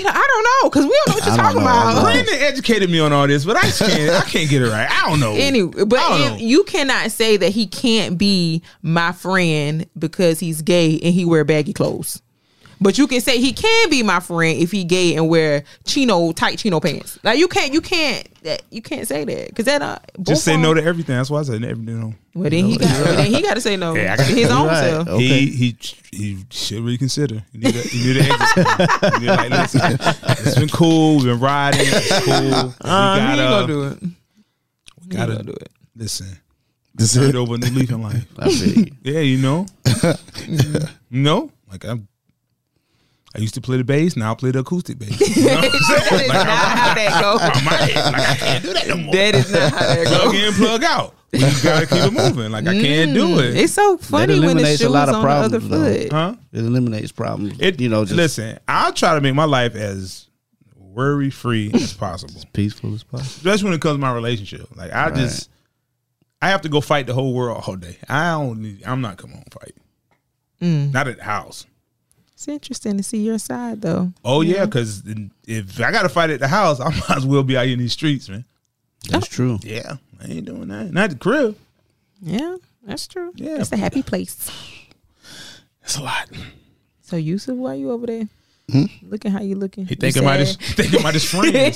[SPEAKER 2] I don't know because we don't know what you're
[SPEAKER 5] I don't
[SPEAKER 2] talking
[SPEAKER 5] know. I
[SPEAKER 2] about.
[SPEAKER 5] don't know.
[SPEAKER 3] Brandon educated me on all this, but I just can't. I can't get it right. I don't know.
[SPEAKER 2] Anyway, but
[SPEAKER 3] I don't
[SPEAKER 2] if-
[SPEAKER 3] know.
[SPEAKER 2] you cannot say that he can't be my friend because he's gay and he wear baggy clothes. But you can say he can be my friend if he gay and wear chino tight chino pants. Like you can't, you can't, that you can't say that because that uh, both
[SPEAKER 3] Just say
[SPEAKER 2] of
[SPEAKER 3] no
[SPEAKER 2] them-
[SPEAKER 3] to everything. That's why I said everything.
[SPEAKER 2] Well, then he got. well, then he got to say no.
[SPEAKER 3] *laughs* Yeah, I got-
[SPEAKER 2] to his own
[SPEAKER 5] Right.
[SPEAKER 2] self.
[SPEAKER 5] Okay.
[SPEAKER 3] He he he should reconsider. He knew the, he knew the exit. strategy. He knew, like, listen, it's been cool. We've been riding. It's cool. we
[SPEAKER 2] Uh, he ain't
[SPEAKER 3] gotta,
[SPEAKER 2] gonna do it.
[SPEAKER 3] gotta
[SPEAKER 2] gonna do it.
[SPEAKER 3] Listen,
[SPEAKER 4] This
[SPEAKER 3] turn
[SPEAKER 4] is
[SPEAKER 3] it over a new leaf in life.
[SPEAKER 2] *laughs*
[SPEAKER 5] I feel you.
[SPEAKER 3] Yeah, you
[SPEAKER 5] *laughs*
[SPEAKER 3] know, you know, like I, I used to play the bass. Now I play the acoustic bass. You know?
[SPEAKER 2] that is not how that go.
[SPEAKER 3] My head, like I can't do that no more.
[SPEAKER 2] That is not how that
[SPEAKER 3] *laughs* plug
[SPEAKER 2] go.
[SPEAKER 3] in, plug out. We just gotta keep it moving. Like I can't do
[SPEAKER 5] Mm.
[SPEAKER 3] it.
[SPEAKER 2] It's so funny when the
[SPEAKER 5] eliminates a
[SPEAKER 2] shoe
[SPEAKER 5] lot
[SPEAKER 2] is
[SPEAKER 5] of
[SPEAKER 2] on the other
[SPEAKER 5] problems, though.
[SPEAKER 2] foot.
[SPEAKER 3] huh?
[SPEAKER 5] It eliminates problems.
[SPEAKER 3] It
[SPEAKER 5] you know, just
[SPEAKER 3] listen. I'll try to make my life as worry free as possible.
[SPEAKER 5] peaceful as possible.
[SPEAKER 3] That's when it comes to my relationship. Like I just, I have to go fight the whole world all day. I don't. Need, I'm not coming home fight.
[SPEAKER 5] Mm.
[SPEAKER 3] Not at the house.
[SPEAKER 2] It's interesting to see your side though.
[SPEAKER 3] Oh yeah, because if I gotta fight at the house, *laughs* I might as well be out in these streets, man.
[SPEAKER 5] That's true.
[SPEAKER 3] Yeah, I ain't doing that. Not at the crib.
[SPEAKER 2] Yeah, that's true.
[SPEAKER 3] Yeah.
[SPEAKER 2] it's a happy place.
[SPEAKER 3] That's a lot.
[SPEAKER 2] So Yusuf, why you over there?
[SPEAKER 5] Hmm?
[SPEAKER 2] Looking how you looking.
[SPEAKER 3] He thinking about his thinking about *laughs* his friends.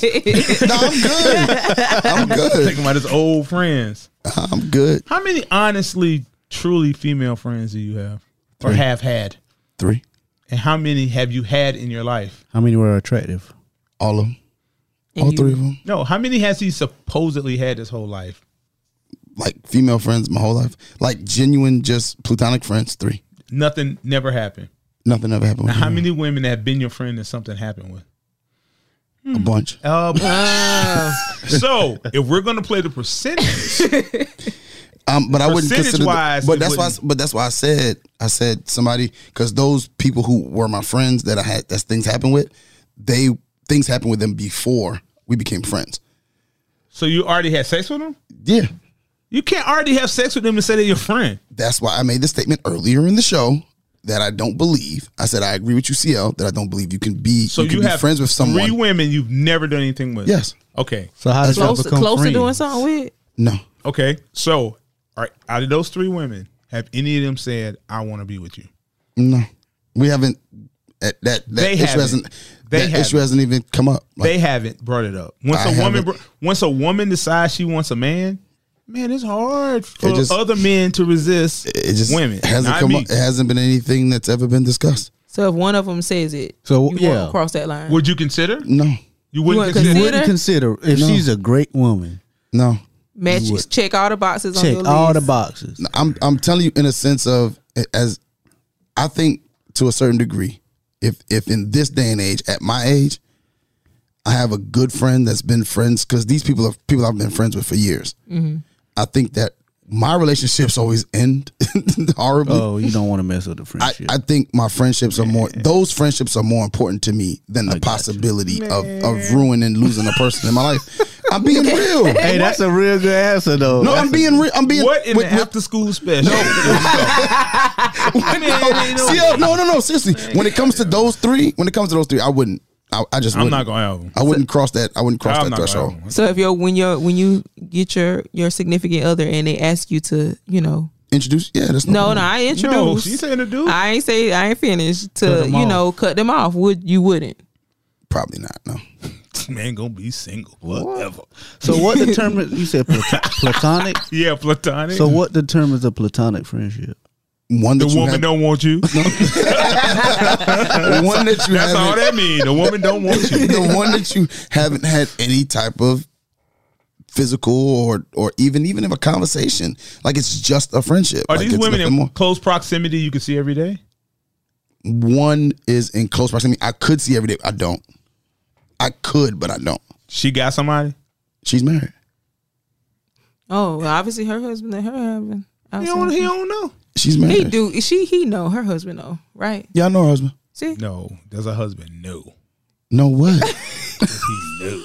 [SPEAKER 2] *laughs* his.
[SPEAKER 4] *laughs* no. I'm good. I'm good.
[SPEAKER 3] thinking about his old friends.
[SPEAKER 4] I'm good.
[SPEAKER 3] How many honestly, truly female friends do you have or have had?
[SPEAKER 4] Three,
[SPEAKER 3] And how many have you had in your life?
[SPEAKER 5] How many were attractive?
[SPEAKER 4] all of them,
[SPEAKER 2] And
[SPEAKER 4] all
[SPEAKER 2] you-
[SPEAKER 4] three of them,
[SPEAKER 3] No, how many has he supposedly had his whole life?
[SPEAKER 4] like female friends my whole life, like genuine, just platonic friends. Three,
[SPEAKER 3] Nothing never happened.
[SPEAKER 4] nothing ever happened. With
[SPEAKER 3] How
[SPEAKER 4] me.
[SPEAKER 3] many women have been your friend and something happened with?
[SPEAKER 4] A bunch.
[SPEAKER 3] Uh, *laughs* so if we're gonna play the percentage,
[SPEAKER 4] Um, but I wouldn't
[SPEAKER 3] Percentage
[SPEAKER 4] consider.
[SPEAKER 3] wise,
[SPEAKER 4] the, but
[SPEAKER 3] it
[SPEAKER 4] that's why.
[SPEAKER 3] wouldn't.
[SPEAKER 4] But that's why I said. I said somebody because those people who were my friends that I had that things happened with, they things happened with them before we became friends.
[SPEAKER 3] so you already had sex with them?
[SPEAKER 4] Yeah,
[SPEAKER 3] You can't already have sex with them and say they're your friend.
[SPEAKER 4] that's why I made the statement earlier in the show that I don't believe. I said I agree with you, CL, that I don't believe you can be.
[SPEAKER 3] So you,
[SPEAKER 4] can be
[SPEAKER 3] have
[SPEAKER 4] friends with someone.
[SPEAKER 3] Three women you've never done anything with.
[SPEAKER 4] Yes.
[SPEAKER 3] Okay.
[SPEAKER 5] So how did y'all
[SPEAKER 2] Closer,
[SPEAKER 5] become
[SPEAKER 2] closer
[SPEAKER 5] friends?
[SPEAKER 2] doing something with.
[SPEAKER 4] no,
[SPEAKER 3] Okay. So all right, out of those three women, have any of them said, I want to be with you?
[SPEAKER 4] no, we haven't. That that, that
[SPEAKER 3] They
[SPEAKER 4] issue
[SPEAKER 3] haven't.
[SPEAKER 4] hasn't.
[SPEAKER 3] They
[SPEAKER 4] that issue
[SPEAKER 3] haven't.
[SPEAKER 4] hasn't even come up. Like,
[SPEAKER 3] they haven't brought it up. Once
[SPEAKER 4] I
[SPEAKER 3] a woman,
[SPEAKER 4] haven't.
[SPEAKER 3] br- once a woman decides she wants a man, man, it's hard for
[SPEAKER 4] It just-
[SPEAKER 3] other men to resist
[SPEAKER 4] it just
[SPEAKER 3] women.
[SPEAKER 4] hasn't
[SPEAKER 3] not
[SPEAKER 4] come
[SPEAKER 3] me.
[SPEAKER 4] up. It hasn't been anything that's ever been discussed.
[SPEAKER 2] So if one of them says it,
[SPEAKER 5] So,
[SPEAKER 2] you
[SPEAKER 5] yeah.
[SPEAKER 2] won't cross that line.
[SPEAKER 3] Would you consider?
[SPEAKER 4] No,
[SPEAKER 3] You wouldn't
[SPEAKER 2] wouldn't
[SPEAKER 3] consider.
[SPEAKER 5] You
[SPEAKER 2] Consider?
[SPEAKER 5] wouldn't consider if
[SPEAKER 4] No.
[SPEAKER 5] she's a great woman.
[SPEAKER 4] no.
[SPEAKER 2] Matches, check all the boxes on
[SPEAKER 5] Check
[SPEAKER 2] your
[SPEAKER 5] all the
[SPEAKER 2] list.
[SPEAKER 5] boxes.
[SPEAKER 4] I'm I'm telling you in a sense of as I think to a certain degree, if if in this day and age, at my age, I have a good friend that's been friends because these people are people I've been friends with for years. I think that my relationships always end *laughs* horribly.
[SPEAKER 5] Oh, you don't want to mess with the
[SPEAKER 4] I,
[SPEAKER 5] friendship.
[SPEAKER 4] I think my friendships are more those friendships are more important to me than the possibility of, of ruining losing a person in my life. I'm being real.
[SPEAKER 5] hey, that's a real good answer though.
[SPEAKER 4] no, I'm
[SPEAKER 5] *laughs*
[SPEAKER 4] being real. I'm being
[SPEAKER 3] What in
[SPEAKER 4] with-
[SPEAKER 3] the
[SPEAKER 4] with-
[SPEAKER 3] after school *laughs* special? Man, you know,
[SPEAKER 4] Oh, See, yo, no, no, no. Seriously, when it comes to those three, when it comes to those three, I wouldn't. I, I just.
[SPEAKER 3] I'm
[SPEAKER 4] Wouldn't.
[SPEAKER 3] not gonna have them.
[SPEAKER 4] I wouldn't cross that. I wouldn't cross
[SPEAKER 3] I'm
[SPEAKER 4] that
[SPEAKER 3] not gonna have
[SPEAKER 4] threshold.
[SPEAKER 3] them.
[SPEAKER 2] So if you're when you're when you get your your significant other and they ask you to you know
[SPEAKER 4] Introduce. Yeah, that's
[SPEAKER 2] no no
[SPEAKER 4] problem.
[SPEAKER 2] I introduce
[SPEAKER 3] No, she said to do.
[SPEAKER 2] I ain't say I ain't finished
[SPEAKER 5] Cut
[SPEAKER 2] to
[SPEAKER 5] 'em
[SPEAKER 2] you
[SPEAKER 5] off.
[SPEAKER 2] know cut them off would you wouldn't
[SPEAKER 4] Probably not. No.
[SPEAKER 3] Man, gonna be single. Whatever.
[SPEAKER 5] So *laughs* what determines? You said plat- *laughs* platonic.
[SPEAKER 3] Yeah, platonic.
[SPEAKER 5] So what determines a platonic friendship?
[SPEAKER 4] One
[SPEAKER 3] the
[SPEAKER 4] that you
[SPEAKER 3] woman
[SPEAKER 4] have,
[SPEAKER 3] don't want
[SPEAKER 4] *laughs*
[SPEAKER 3] you.
[SPEAKER 4] one
[SPEAKER 3] *laughs*
[SPEAKER 4] that you
[SPEAKER 3] That's all
[SPEAKER 4] haven't, *laughs*
[SPEAKER 3] that mean. The woman don't want you.
[SPEAKER 4] the one that you haven't had any type of physical or or even even of a conversation. Like it's just a friendship.
[SPEAKER 3] Are
[SPEAKER 4] *laughs* Like,
[SPEAKER 3] these
[SPEAKER 4] it's
[SPEAKER 3] women in
[SPEAKER 4] nothing more.
[SPEAKER 3] close proximity? You can see every day.
[SPEAKER 4] One is in close proximity. I could see every day. I don't. I could, but I don't.
[SPEAKER 3] She got somebody.
[SPEAKER 4] She's married.
[SPEAKER 2] oh well, obviously her husband and her husband
[SPEAKER 3] He don't, he don't know.
[SPEAKER 4] She's
[SPEAKER 2] he
[SPEAKER 4] married.
[SPEAKER 2] do she he know her husband know right
[SPEAKER 4] Yeah, I know her husband.
[SPEAKER 2] see
[SPEAKER 3] No, does a husband know? *laughs*
[SPEAKER 4] No what?
[SPEAKER 3] He knew.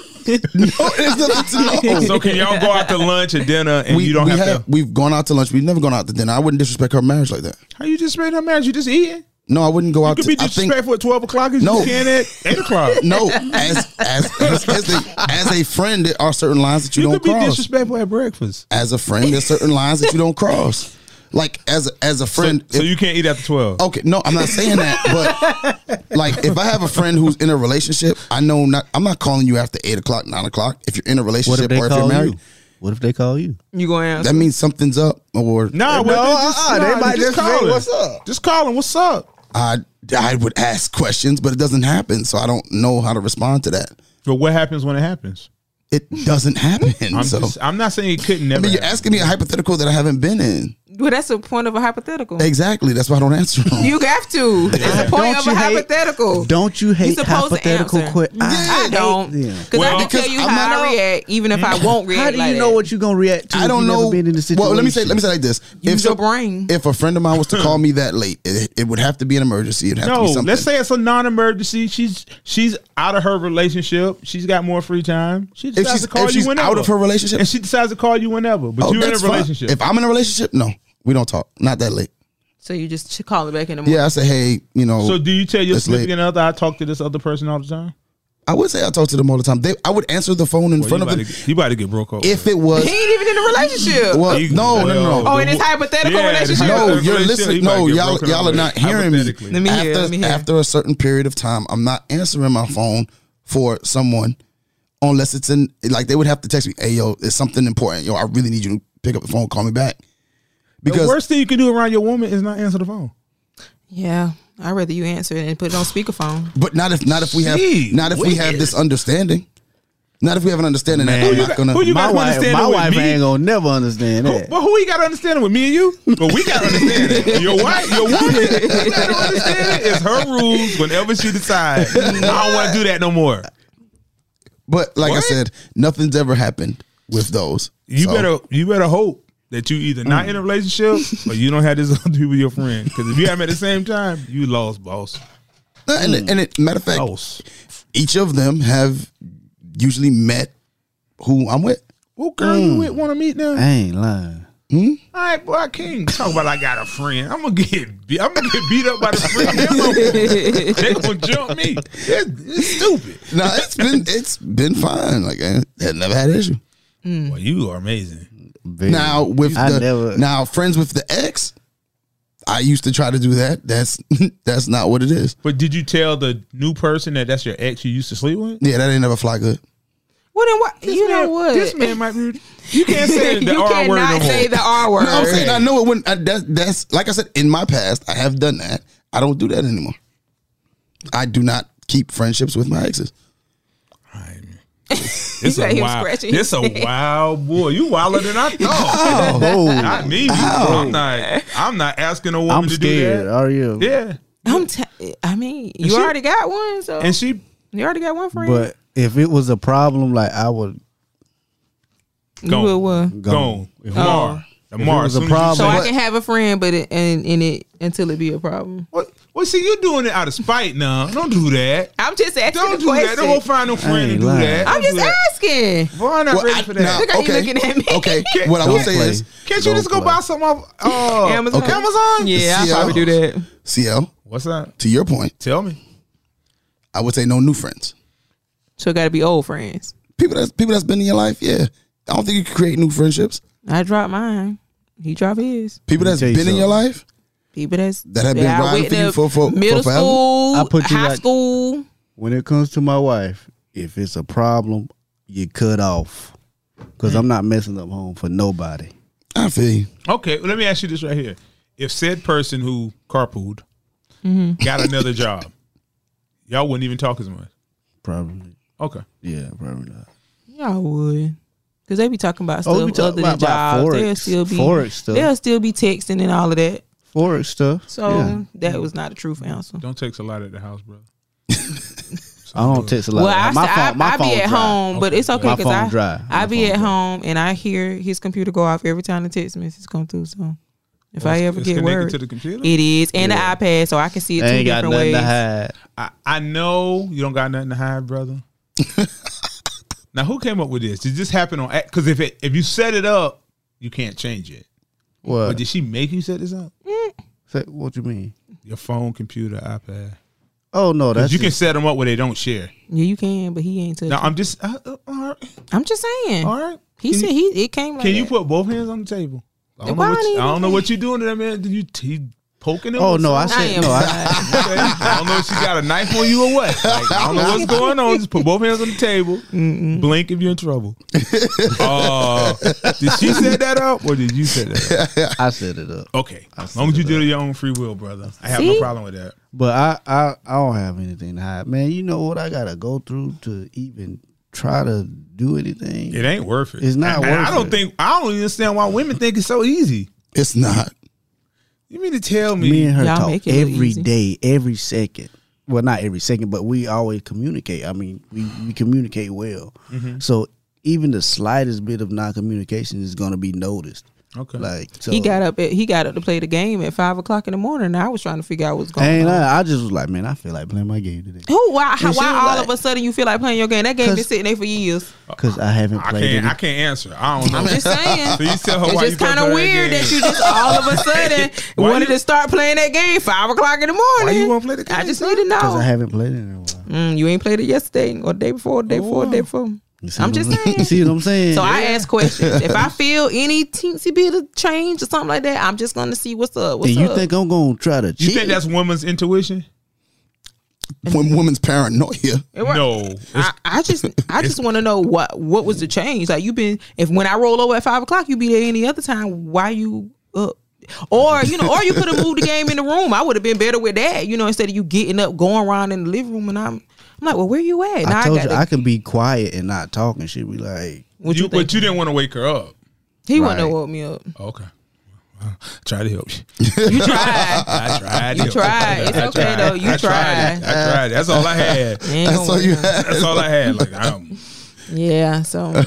[SPEAKER 4] no, there's nothing to know.
[SPEAKER 3] So can y'all go
[SPEAKER 4] *laughs*
[SPEAKER 3] out to lunch or dinner and
[SPEAKER 4] we,
[SPEAKER 3] you don't
[SPEAKER 4] we
[SPEAKER 3] have,
[SPEAKER 4] have
[SPEAKER 3] to?
[SPEAKER 4] we've gone out to lunch. We've never gone out to dinner. I wouldn't disrespect her marriage like that.
[SPEAKER 3] How you just made her marriage? You just eating?
[SPEAKER 4] No, I wouldn't go
[SPEAKER 3] You
[SPEAKER 4] out.
[SPEAKER 3] could
[SPEAKER 4] to,
[SPEAKER 3] be
[SPEAKER 4] I think
[SPEAKER 3] disrespectful at twelve o'clock as
[SPEAKER 4] No.
[SPEAKER 3] you can at
[SPEAKER 4] *laughs*
[SPEAKER 3] eight o'clock.
[SPEAKER 4] no. As as as, as, a, as a friend, there are certain lines that you,
[SPEAKER 3] you
[SPEAKER 4] don't
[SPEAKER 3] could be
[SPEAKER 4] cross.
[SPEAKER 3] disrespectful at breakfast.
[SPEAKER 4] as a friend, there's certain lines that you don't cross. Like as a, as a friend,
[SPEAKER 3] So
[SPEAKER 4] if- Oh,
[SPEAKER 3] you can't eat after twelve.
[SPEAKER 4] okay, no, I'm not saying that. But like, if I have a friend who's in a relationship, I know not. I'm not calling you after eight o'clock, nine o'clock. If you're in a
[SPEAKER 5] What
[SPEAKER 4] relationship
[SPEAKER 5] if they
[SPEAKER 4] or if you're
[SPEAKER 5] call
[SPEAKER 4] married,
[SPEAKER 5] you? What if they call you?
[SPEAKER 2] You gonna answer?
[SPEAKER 4] That means something's up, or
[SPEAKER 3] No, well,
[SPEAKER 5] No,
[SPEAKER 3] just,
[SPEAKER 5] uh-uh,
[SPEAKER 3] nah,
[SPEAKER 5] they might just
[SPEAKER 3] call
[SPEAKER 5] say,
[SPEAKER 3] him.
[SPEAKER 5] "What's up?"
[SPEAKER 3] Just call him. What's up?
[SPEAKER 4] I I would ask questions, but it doesn't happen, so I don't know how to respond to that.
[SPEAKER 3] But what happens when it happens?
[SPEAKER 4] It doesn't happen.
[SPEAKER 3] I'm,
[SPEAKER 4] so
[SPEAKER 3] just, I'm not saying it couldn't
[SPEAKER 4] I
[SPEAKER 3] never.
[SPEAKER 4] mean, you're
[SPEAKER 3] happen.
[SPEAKER 4] asking me a hypothetical that I haven't been in.
[SPEAKER 2] well, that's the point of a hypothetical.
[SPEAKER 4] Exactly. That's why I don't answer them.
[SPEAKER 2] You have to. That's the point
[SPEAKER 5] Don't
[SPEAKER 2] of
[SPEAKER 5] you
[SPEAKER 2] a
[SPEAKER 5] hate-
[SPEAKER 2] hypothetical.
[SPEAKER 5] Don't you hate
[SPEAKER 2] supposed to
[SPEAKER 5] hypothetical
[SPEAKER 2] answer.
[SPEAKER 5] questions?
[SPEAKER 2] I don't.
[SPEAKER 5] them.
[SPEAKER 2] Because
[SPEAKER 3] Well,
[SPEAKER 2] I can
[SPEAKER 4] because
[SPEAKER 2] tell you
[SPEAKER 4] I'm
[SPEAKER 2] how
[SPEAKER 4] not
[SPEAKER 2] I
[SPEAKER 4] a-
[SPEAKER 2] react, even if I won't react.
[SPEAKER 5] How do you
[SPEAKER 2] like
[SPEAKER 5] know
[SPEAKER 2] that.
[SPEAKER 5] what you're gonna react to?
[SPEAKER 4] I don't know.
[SPEAKER 5] Been in the situation.
[SPEAKER 4] Well, let me say. Let me say it like this.
[SPEAKER 2] Use
[SPEAKER 4] so-
[SPEAKER 2] your brain.
[SPEAKER 4] If a friend of mine was to
[SPEAKER 3] *laughs*
[SPEAKER 4] call me that late, it, it would have to be an emergency. It'd have to
[SPEAKER 3] No,
[SPEAKER 4] be something.
[SPEAKER 3] let's say it's a non-emergency. She's she's out of her relationship. She's got more free time. She decides
[SPEAKER 4] she's-
[SPEAKER 3] to call
[SPEAKER 4] if
[SPEAKER 3] you
[SPEAKER 4] she's
[SPEAKER 3] whenever.
[SPEAKER 4] out of her relationship?
[SPEAKER 3] and she decides to call you whenever. But
[SPEAKER 4] Oh,
[SPEAKER 3] you're in a
[SPEAKER 4] that's fine.
[SPEAKER 3] relationship.
[SPEAKER 4] If I'm in a relationship, no, we don't talk. Not that late.
[SPEAKER 2] So you just ch- call it back in the morning.
[SPEAKER 4] Yeah, I say, hey, you know.
[SPEAKER 3] so do you tell your
[SPEAKER 4] That's late.
[SPEAKER 3] significant other I talk to this other person all the time?
[SPEAKER 4] I would say I talk to them all the time. They, I would answer the phone in
[SPEAKER 3] Well,
[SPEAKER 4] front
[SPEAKER 3] you,
[SPEAKER 4] of
[SPEAKER 3] about
[SPEAKER 4] them
[SPEAKER 3] to, get- you about to get broke over.
[SPEAKER 4] if it was.
[SPEAKER 2] He ain't even in a relationship.
[SPEAKER 4] Well,
[SPEAKER 3] You-
[SPEAKER 4] no, no, no, no.
[SPEAKER 2] Oh, in this hypothetical
[SPEAKER 3] yeah, this
[SPEAKER 2] relationship?
[SPEAKER 4] No,
[SPEAKER 3] hypothetical
[SPEAKER 4] you're
[SPEAKER 3] relationship,
[SPEAKER 4] listening.
[SPEAKER 3] you about
[SPEAKER 4] No,
[SPEAKER 3] to get
[SPEAKER 4] y'all
[SPEAKER 3] broken
[SPEAKER 4] y'all are
[SPEAKER 3] over.
[SPEAKER 4] not hearing me.
[SPEAKER 3] Hypothetically.
[SPEAKER 2] Let me hear,
[SPEAKER 4] after,
[SPEAKER 2] let me hear.
[SPEAKER 4] after a certain period of time, I'm not answering my phone for someone unless it's in like they would have to text me, "Hey, yo, it's something important. Yo, I really need you to pick up the phone, call me back."
[SPEAKER 3] the
[SPEAKER 4] Because
[SPEAKER 3] worst thing you can do around your woman is not answer the phone.
[SPEAKER 2] yeah, I'd rather you answer it and put it on speakerphone.
[SPEAKER 4] but not if not if we have
[SPEAKER 3] Gee,
[SPEAKER 4] not if we have
[SPEAKER 3] wicked.
[SPEAKER 4] this understanding. Not if we have an understanding
[SPEAKER 3] Man.
[SPEAKER 4] that
[SPEAKER 3] Who
[SPEAKER 4] I'm
[SPEAKER 3] you
[SPEAKER 4] not
[SPEAKER 3] got-
[SPEAKER 4] gonna
[SPEAKER 3] who you
[SPEAKER 5] my
[SPEAKER 3] guys
[SPEAKER 5] wife,
[SPEAKER 3] understand
[SPEAKER 5] my
[SPEAKER 3] it with
[SPEAKER 5] wife
[SPEAKER 3] me?
[SPEAKER 5] ain't gonna never understand that.
[SPEAKER 3] Well, who you got to understand it with me and you? But we got to understand it. *laughs* Your wife, your woman, you got to understand it. It's her rules. Whenever she decides, I don't want to do that no more.
[SPEAKER 4] But like I
[SPEAKER 3] What?
[SPEAKER 4] said, nothing's ever happened with those.
[SPEAKER 3] You
[SPEAKER 4] So,
[SPEAKER 3] better, you better hope that you either not in a relationship or you don't have this *laughs* other people your friend. Because if you have them at the same time, you lost, boss.
[SPEAKER 4] and, it, and it, matter of fact,
[SPEAKER 3] Lost.
[SPEAKER 4] each of them have usually met who I'm with.
[SPEAKER 3] Well, girl, you with want to meet now?
[SPEAKER 5] I ain't lying.
[SPEAKER 3] All right, boy, I can't talk about I got a friend. I'm gonna get, be- I'm gonna get beat up by the friend. They gonna, they gonna jump me. It's, it's stupid.
[SPEAKER 4] No,
[SPEAKER 5] *laughs*
[SPEAKER 4] it's been it's been fine. Like I, I never had an issue.
[SPEAKER 3] Well, you are amazing.
[SPEAKER 5] Very-
[SPEAKER 4] Now with
[SPEAKER 5] I
[SPEAKER 4] the
[SPEAKER 5] never-
[SPEAKER 4] now friends with the ex, I used to try to do that. That's *laughs* that's not what it is.
[SPEAKER 3] But did you tell the new person that that's your ex you used to sleep with?
[SPEAKER 4] Yeah, that ain't never fly good.
[SPEAKER 2] Well, then what? you
[SPEAKER 3] man,
[SPEAKER 2] know what?
[SPEAKER 3] This *laughs* man might be. You
[SPEAKER 2] *laughs*
[SPEAKER 3] can't say the
[SPEAKER 2] you
[SPEAKER 3] R word no
[SPEAKER 2] cannot
[SPEAKER 3] more.
[SPEAKER 2] say the R word.
[SPEAKER 4] No, I'm saying I know it when I, that, that's like I said in my past I have done that. I don't do that anymore. I do not keep friendships with my exes.
[SPEAKER 3] This
[SPEAKER 2] said
[SPEAKER 3] a
[SPEAKER 2] he was
[SPEAKER 3] wild.
[SPEAKER 2] scratching his
[SPEAKER 3] This a wild boy. You wilder than I thought.
[SPEAKER 2] *laughs*
[SPEAKER 3] *laughs*
[SPEAKER 5] oh,
[SPEAKER 3] Not me. bro. I'm not. I'm not asking a woman
[SPEAKER 5] I'm
[SPEAKER 3] to
[SPEAKER 5] scared.
[SPEAKER 3] do that.
[SPEAKER 5] Are you?
[SPEAKER 3] Yeah,
[SPEAKER 2] I'm t- I mean, you
[SPEAKER 3] she-
[SPEAKER 2] already got one, so
[SPEAKER 3] and she.
[SPEAKER 2] you already got one friend.
[SPEAKER 5] But if it was a problem, like I would.
[SPEAKER 2] you
[SPEAKER 3] gone.
[SPEAKER 2] would what?
[SPEAKER 3] Gone. Tomorrow.
[SPEAKER 5] If it
[SPEAKER 3] Tomorrow.
[SPEAKER 5] was a
[SPEAKER 2] So
[SPEAKER 5] problem-
[SPEAKER 2] I
[SPEAKER 5] But-
[SPEAKER 2] can have a friend, but it, and in it until it be a problem.
[SPEAKER 3] Well, well, see, you doing it out of spite now. Don't do that.
[SPEAKER 2] I'm just asking
[SPEAKER 3] Don't
[SPEAKER 2] the
[SPEAKER 3] do
[SPEAKER 2] question.
[SPEAKER 3] that. Don't go find no friend to
[SPEAKER 5] ain't
[SPEAKER 3] do
[SPEAKER 5] lying.
[SPEAKER 3] that.
[SPEAKER 2] I'm
[SPEAKER 3] Don't
[SPEAKER 2] just
[SPEAKER 3] do that.
[SPEAKER 2] asking.
[SPEAKER 3] Boy, I'm not
[SPEAKER 4] Well,
[SPEAKER 3] ready
[SPEAKER 4] I-
[SPEAKER 3] for that.
[SPEAKER 4] now,
[SPEAKER 2] Look how you
[SPEAKER 4] okay,
[SPEAKER 2] looking at me.
[SPEAKER 4] Okay, what I will
[SPEAKER 5] Don't
[SPEAKER 4] say
[SPEAKER 5] play.
[SPEAKER 4] is
[SPEAKER 3] Can't you
[SPEAKER 5] Don't
[SPEAKER 3] just go
[SPEAKER 5] play.
[SPEAKER 3] buy some off uh,
[SPEAKER 2] *laughs* Amazon. Okay.
[SPEAKER 3] Amazon?
[SPEAKER 2] Yeah, I
[SPEAKER 4] Yeah.
[SPEAKER 2] probably do that.
[SPEAKER 4] CL.
[SPEAKER 3] What's that?
[SPEAKER 4] To your point,
[SPEAKER 3] Tell me.
[SPEAKER 4] I would say no new friends.
[SPEAKER 2] So it got to be old friends.
[SPEAKER 4] People that's people that's been in your life, yeah. I don't think you can create new friendships.
[SPEAKER 2] I dropped mine. He dropped his.
[SPEAKER 4] People
[SPEAKER 5] Let
[SPEAKER 4] that's
[SPEAKER 5] me tell
[SPEAKER 4] been
[SPEAKER 5] you
[SPEAKER 4] in your life,
[SPEAKER 2] People that's
[SPEAKER 4] That have been
[SPEAKER 2] I
[SPEAKER 4] riding for you
[SPEAKER 2] witnessed
[SPEAKER 4] for- for- for
[SPEAKER 2] middle
[SPEAKER 4] forever?
[SPEAKER 2] school,
[SPEAKER 5] I put you
[SPEAKER 2] high
[SPEAKER 5] at-
[SPEAKER 2] school.
[SPEAKER 5] When it comes to my wife, if it's a problem, you cut off because I'm not messing up home for nobody.
[SPEAKER 4] I feel you.
[SPEAKER 3] Okay, well, let me ask you this right here. If said person who carpooled
[SPEAKER 2] Mm-hmm.
[SPEAKER 3] got
[SPEAKER 2] *laughs*
[SPEAKER 3] another job, y'all wouldn't even talk as much.
[SPEAKER 5] Probably.
[SPEAKER 3] Okay.
[SPEAKER 5] Yeah, probably not.
[SPEAKER 2] Y'all would. Cause they be talking about
[SPEAKER 5] Oh,
[SPEAKER 2] stuff
[SPEAKER 5] we talking
[SPEAKER 2] other than
[SPEAKER 5] about- about
[SPEAKER 2] jobs.
[SPEAKER 5] Forex-
[SPEAKER 2] they'll still be
[SPEAKER 5] Forex stuff.
[SPEAKER 2] They'll still be texting and all of that.
[SPEAKER 5] Forex stuff.
[SPEAKER 2] So
[SPEAKER 5] yeah.
[SPEAKER 2] that was not a truth answer.
[SPEAKER 3] Don't text a lot at the house, *laughs* bro.
[SPEAKER 5] I don't text a lot.
[SPEAKER 2] Well, I,
[SPEAKER 5] my
[SPEAKER 2] I,
[SPEAKER 5] phone, my
[SPEAKER 2] I
[SPEAKER 5] phone
[SPEAKER 2] be at
[SPEAKER 5] dry.
[SPEAKER 2] home, but it's okay
[SPEAKER 5] My
[SPEAKER 2] because
[SPEAKER 5] phone
[SPEAKER 2] I
[SPEAKER 5] dry.
[SPEAKER 2] I
[SPEAKER 5] My
[SPEAKER 2] be
[SPEAKER 5] phone
[SPEAKER 2] at
[SPEAKER 5] dry.
[SPEAKER 2] home and I hear his computer go off every time the text message come through. So if I ever
[SPEAKER 3] it's
[SPEAKER 2] get
[SPEAKER 3] connected
[SPEAKER 2] worried,
[SPEAKER 3] to the computer?
[SPEAKER 2] it is and the iPad, so I can see it
[SPEAKER 5] I
[SPEAKER 2] two
[SPEAKER 5] ain't got
[SPEAKER 2] different
[SPEAKER 5] nothing
[SPEAKER 2] ways.
[SPEAKER 5] to hide.
[SPEAKER 3] I, I know you don't got nothing to hide, *laughs* brother. now, who came up with this? Did this happen on? Because if it if you set it up, you can't change it. But
[SPEAKER 5] What?
[SPEAKER 3] did she make you set this up?
[SPEAKER 5] Say, what you mean?
[SPEAKER 3] Your phone, computer, iPad.
[SPEAKER 5] Oh no, that's
[SPEAKER 3] you can
[SPEAKER 5] just-
[SPEAKER 3] set them up where they don't share.
[SPEAKER 2] Yeah, you can, but he ain't touching.
[SPEAKER 3] Now, I'm just uh, uh, all right.
[SPEAKER 2] I'm just saying.
[SPEAKER 3] All right.
[SPEAKER 2] He
[SPEAKER 3] Can
[SPEAKER 2] said
[SPEAKER 3] you-
[SPEAKER 2] he it came. Like
[SPEAKER 3] Can you
[SPEAKER 2] that.
[SPEAKER 3] put both hands on the table? I don't know
[SPEAKER 2] Why
[SPEAKER 3] what
[SPEAKER 2] I
[SPEAKER 3] you,
[SPEAKER 2] need
[SPEAKER 3] I don't know
[SPEAKER 2] to-
[SPEAKER 3] what you're doing to that man. Did you he poking him?
[SPEAKER 5] Oh
[SPEAKER 3] or
[SPEAKER 5] no, I
[SPEAKER 2] I
[SPEAKER 5] said
[SPEAKER 2] am.
[SPEAKER 5] no. I,
[SPEAKER 3] *laughs*
[SPEAKER 2] sorry.
[SPEAKER 3] something? Okay. I don't know if she got a knife on you or what. Like, I don't know
[SPEAKER 2] *laughs*
[SPEAKER 3] what's going on. Just put both hands on the table. Blink if you're in
[SPEAKER 5] *laughs*
[SPEAKER 3] trouble. Oh, did she set that up or did you set that up?
[SPEAKER 5] I set it up.
[SPEAKER 3] Okay, as long as you did it your own free will, brother. I have no
[SPEAKER 2] See?
[SPEAKER 3] problem with that.
[SPEAKER 5] But I, I I don't have anything to hide, man. You know what I gotta go through to even try to do anything.
[SPEAKER 3] It ain't worth it.
[SPEAKER 5] It's not
[SPEAKER 3] And I
[SPEAKER 5] worth
[SPEAKER 3] don't
[SPEAKER 5] it.
[SPEAKER 3] think I don't understand why women think it's so easy.
[SPEAKER 4] It's not.
[SPEAKER 3] You mean to tell me?
[SPEAKER 5] Me and her
[SPEAKER 2] Y'all
[SPEAKER 5] talk
[SPEAKER 2] make it look
[SPEAKER 5] every
[SPEAKER 2] easy.
[SPEAKER 5] day, every second. Well, not every second, but we always communicate. I mean, we, we communicate well.
[SPEAKER 3] Mm-hmm.
[SPEAKER 5] So even the slightest bit of non communication is gonna be noticed.
[SPEAKER 3] okay.
[SPEAKER 5] Like so,
[SPEAKER 2] *laughs* He got up. At, he got up to play the game at five o'clock in the morning. And I was trying to figure out what's going
[SPEAKER 5] And
[SPEAKER 2] on.
[SPEAKER 5] I, I just was like, man, I feel like playing my game today
[SPEAKER 2] Who? Why? How,
[SPEAKER 5] And she
[SPEAKER 2] why
[SPEAKER 5] was
[SPEAKER 2] all
[SPEAKER 5] like-
[SPEAKER 2] of a sudden you feel like playing your game? That game been
[SPEAKER 5] 'Cause-
[SPEAKER 2] sitting there for years.
[SPEAKER 5] because I haven't
[SPEAKER 3] I
[SPEAKER 5] played
[SPEAKER 3] can't.
[SPEAKER 5] it.
[SPEAKER 3] I can't answer. I don't know.
[SPEAKER 2] Just saying.
[SPEAKER 3] *laughs* So you tell her
[SPEAKER 2] It's
[SPEAKER 3] why you
[SPEAKER 2] just
[SPEAKER 3] can't
[SPEAKER 2] kind of
[SPEAKER 3] play
[SPEAKER 2] weird
[SPEAKER 3] that,
[SPEAKER 2] that
[SPEAKER 3] game.
[SPEAKER 2] you just all of a sudden
[SPEAKER 3] *laughs* Why
[SPEAKER 2] wanted
[SPEAKER 3] you-
[SPEAKER 2] to start playing that game five o'clock in the morning.
[SPEAKER 3] you wanna play the
[SPEAKER 2] I
[SPEAKER 3] game,
[SPEAKER 2] just
[SPEAKER 3] son?
[SPEAKER 2] need to
[SPEAKER 5] Because I
[SPEAKER 2] know.
[SPEAKER 5] haven't played it in a while.
[SPEAKER 2] Mm, you ain't played it yesterday or day before,
[SPEAKER 3] Oh,
[SPEAKER 2] day before, day before.
[SPEAKER 5] You see
[SPEAKER 2] I'm
[SPEAKER 5] what
[SPEAKER 2] just
[SPEAKER 5] *laughs* You
[SPEAKER 2] saying.
[SPEAKER 5] see what I'm saying?
[SPEAKER 2] So I ask questions. If
[SPEAKER 5] *laughs*
[SPEAKER 2] I feel any teensy bit of change or something like that, I'm just going to see what's up. What's
[SPEAKER 5] and you
[SPEAKER 2] up?
[SPEAKER 5] think I'm gonna try to
[SPEAKER 3] You
[SPEAKER 5] cheat?
[SPEAKER 3] think that's woman's intuition?
[SPEAKER 4] When women's paranoia.
[SPEAKER 2] It worked.
[SPEAKER 3] No.
[SPEAKER 2] I, I just I just want to know what what was the change? Like you been if when I roll over at five o'clock, you be there any other time? Why you up? Or you know, or you could have moved the game in the room. I would have been better with that. You know, instead of you getting up, going around in the living room, and I'm I'm like, well, where you at? Now
[SPEAKER 5] I told you
[SPEAKER 2] gotta-
[SPEAKER 5] I can be quiet and not talk and shit. Be like,
[SPEAKER 2] what
[SPEAKER 3] you,
[SPEAKER 2] you,
[SPEAKER 3] but
[SPEAKER 2] think?
[SPEAKER 3] you didn't want to wake her up.
[SPEAKER 2] he wouldn't have
[SPEAKER 5] Right.
[SPEAKER 2] woke me up.
[SPEAKER 3] Okay. Well, try to help you.
[SPEAKER 2] You tried.
[SPEAKER 5] *laughs*
[SPEAKER 3] I tried.
[SPEAKER 2] You tried. It's okay, though. You
[SPEAKER 3] I tried.
[SPEAKER 2] tried.
[SPEAKER 3] I tried. That's all I had.
[SPEAKER 2] You ain't
[SPEAKER 4] That's
[SPEAKER 2] gonna
[SPEAKER 4] all you
[SPEAKER 2] wake me up.
[SPEAKER 4] had.
[SPEAKER 3] That's all I had. Like I'm,
[SPEAKER 2] Yeah.
[SPEAKER 5] *laughs*
[SPEAKER 2] So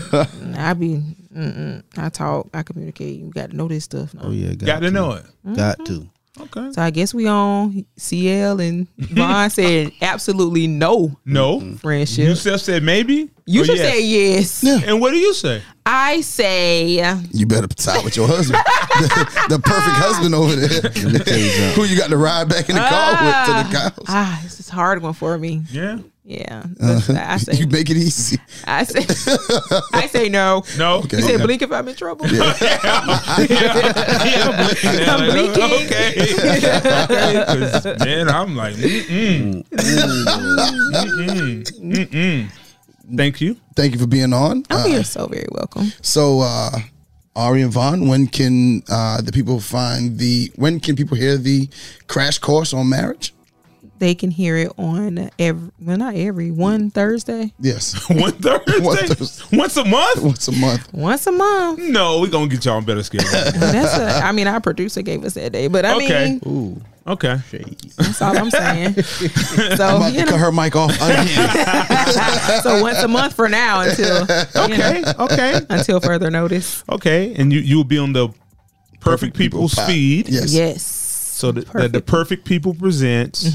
[SPEAKER 2] I be. Mm-mm, I talk. I communicate. You got to know this stuff.
[SPEAKER 5] oh yeah, got,
[SPEAKER 3] got to know it.
[SPEAKER 5] Got to.
[SPEAKER 3] Okay.
[SPEAKER 2] So I guess we on CL and Vaughn
[SPEAKER 5] *laughs*
[SPEAKER 2] said absolutely no
[SPEAKER 3] No.
[SPEAKER 2] friendship.
[SPEAKER 3] Yusef said maybe.
[SPEAKER 2] You
[SPEAKER 3] or
[SPEAKER 2] should
[SPEAKER 3] oh, yes?
[SPEAKER 2] say yes.
[SPEAKER 4] Yeah.
[SPEAKER 3] And what do you say?
[SPEAKER 2] I say
[SPEAKER 4] You better side with your husband. *laughs* the, the perfect husband over there.
[SPEAKER 5] Tell you something.
[SPEAKER 4] Who you got to ride back in the car with to the
[SPEAKER 2] ah,
[SPEAKER 4] cows.
[SPEAKER 2] ah, this is a hard one for me.
[SPEAKER 3] Yeah.
[SPEAKER 2] Yeah, But
[SPEAKER 4] *laughs*
[SPEAKER 2] I say
[SPEAKER 4] Uh-huh. You make it easy.
[SPEAKER 2] I say I say no. *laughs*
[SPEAKER 3] No.
[SPEAKER 4] Okay.
[SPEAKER 2] You said blink if I'm in trouble.
[SPEAKER 3] Yeah, *laughs* I'm blinking.
[SPEAKER 2] I'm
[SPEAKER 3] Like,
[SPEAKER 2] blinking.
[SPEAKER 3] Okay. okay. 'cause, man, I'm like, mm-mm. Mm-mm. Mm-mm. Thank you. *laughs*
[SPEAKER 4] Thank you for being on.
[SPEAKER 2] Oh,
[SPEAKER 4] Uh,
[SPEAKER 2] you're so very welcome.
[SPEAKER 4] so, uh, Ari and Vaughn, when can uh, the people find the? When can people hear the crash course on marriage?
[SPEAKER 2] They can hear it on every well, not every one Thursday,
[SPEAKER 4] Yes, *laughs*
[SPEAKER 3] One Thursday?
[SPEAKER 4] One Thursday.
[SPEAKER 3] Once a month?
[SPEAKER 4] once a month.
[SPEAKER 2] once a month.
[SPEAKER 3] No, we're going to get y'all on better schedule.
[SPEAKER 2] And That's a, I mean, our producer gave us that day, but I
[SPEAKER 3] Okay.
[SPEAKER 2] mean,
[SPEAKER 5] Ooh,
[SPEAKER 3] Okay.
[SPEAKER 2] that's all I'm saying.
[SPEAKER 4] *laughs* I'm
[SPEAKER 2] So
[SPEAKER 4] about
[SPEAKER 2] you
[SPEAKER 4] to
[SPEAKER 2] know.
[SPEAKER 4] cut her
[SPEAKER 2] *laughs*
[SPEAKER 4] mic off again.
[SPEAKER 2] so once a month for now until
[SPEAKER 3] Okay. Okay.
[SPEAKER 2] until further notice.
[SPEAKER 3] Okay. And you, you'll be on the Perfect, People's
[SPEAKER 4] Pod.
[SPEAKER 3] feed.
[SPEAKER 4] Yes.
[SPEAKER 2] Yes.
[SPEAKER 3] So that that the
[SPEAKER 2] Perfect.
[SPEAKER 3] Perfect People presents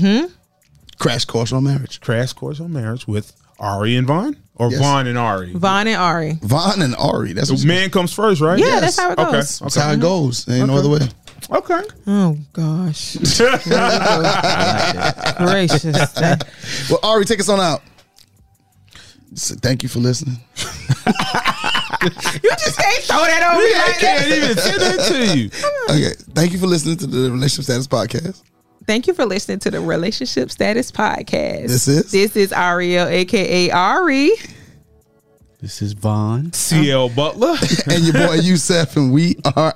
[SPEAKER 4] Crash course on marriage.
[SPEAKER 3] Crash Course on Marriage with Ari and Vaughn? Or
[SPEAKER 4] Yes.
[SPEAKER 3] Vaughn and Ari?
[SPEAKER 2] Vaughn and Ari.
[SPEAKER 4] Vaughn and Ari. That's what
[SPEAKER 3] The
[SPEAKER 4] she-
[SPEAKER 3] man comes first, right?
[SPEAKER 2] Yeah, that's how it
[SPEAKER 3] Okay.
[SPEAKER 2] goes. Mm-hmm.
[SPEAKER 4] that's how it goes. Ain't no other way.
[SPEAKER 3] Okay.
[SPEAKER 2] Oh
[SPEAKER 3] *laughs*
[SPEAKER 2] gosh. Gracious.
[SPEAKER 4] Well, Ari, take us on out. So thank you for listening.
[SPEAKER 2] You just can't throw that over me
[SPEAKER 3] I
[SPEAKER 2] like that.
[SPEAKER 3] can't even say that to you.
[SPEAKER 4] Okay, thank you for listening to the Relationship
[SPEAKER 2] *laughs*
[SPEAKER 4] Status Podcast.
[SPEAKER 2] Thank you for listening to the Relationship Status Podcast.
[SPEAKER 4] This is-
[SPEAKER 2] This is Ariel, aka Ari.
[SPEAKER 5] this is Vaughn.
[SPEAKER 3] CL Butler.
[SPEAKER 4] and your boy Youssef, and we are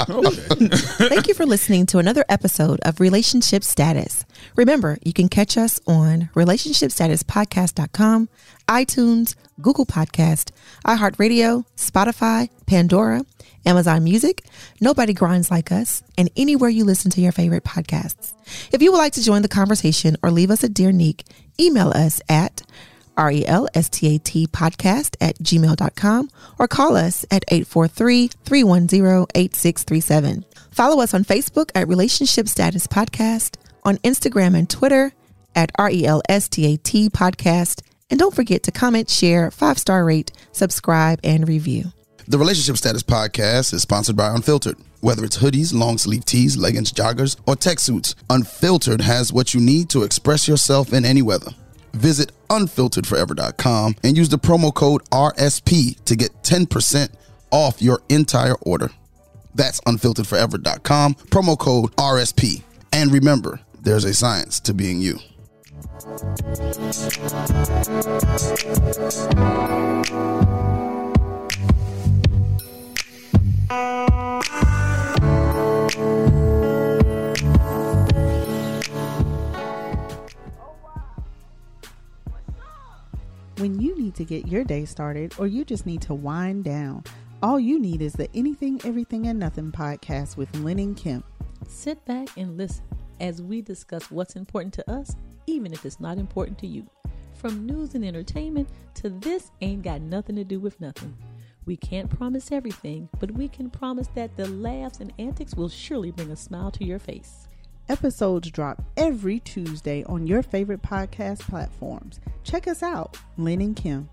[SPEAKER 6] Thank you for listening to another episode of Relationship Status. Remember, you can catch us on relationshipstatuspodcast.com, iTunes, Google Podcast, iHeartRadio, Spotify, Pandora, Amazon Music, Nobody Grinds Like Us, and anywhere you listen to your favorite podcasts. If you would like to join the conversation or leave us a dear nick, email us at E R-E-L-S-T-A-T podcast at gmail.com or call us at 843-310-8637. Follow us on Facebook at Relationship Status Podcast, on Instagram and Twitter at E R-E-L-S-T-A-T podcast. And don't forget to comment, share, five-star rate, subscribe, and review.
[SPEAKER 4] the Relationship Status Podcast is sponsored by Unfiltered. Whether it's hoodies, long sleeve tees, leggings, joggers, or tech suits, Unfiltered has what you need to express yourself in any weather. Visit unfilteredforever.com and use the promo code RSP to get 10% off your entire order. That's unfilteredforever.com, promo code RSP. And remember, there's a science to being you.
[SPEAKER 6] When you need to get your day started or you just need to wind down, all you need is the Anything, Everything, and Nothing podcast with Lynn and Kemp.
[SPEAKER 7] Sit back and listen as we discuss what's important to us, even if it's not important to you. From news and entertainment to this ain't got nothing to do with nothing. We can't promise everything, but we can promise that the laughs and antics will surely bring a smile to your face.
[SPEAKER 6] Episodes drop every Tuesday on your favorite podcast platforms. Check us out, Lynn and Kim.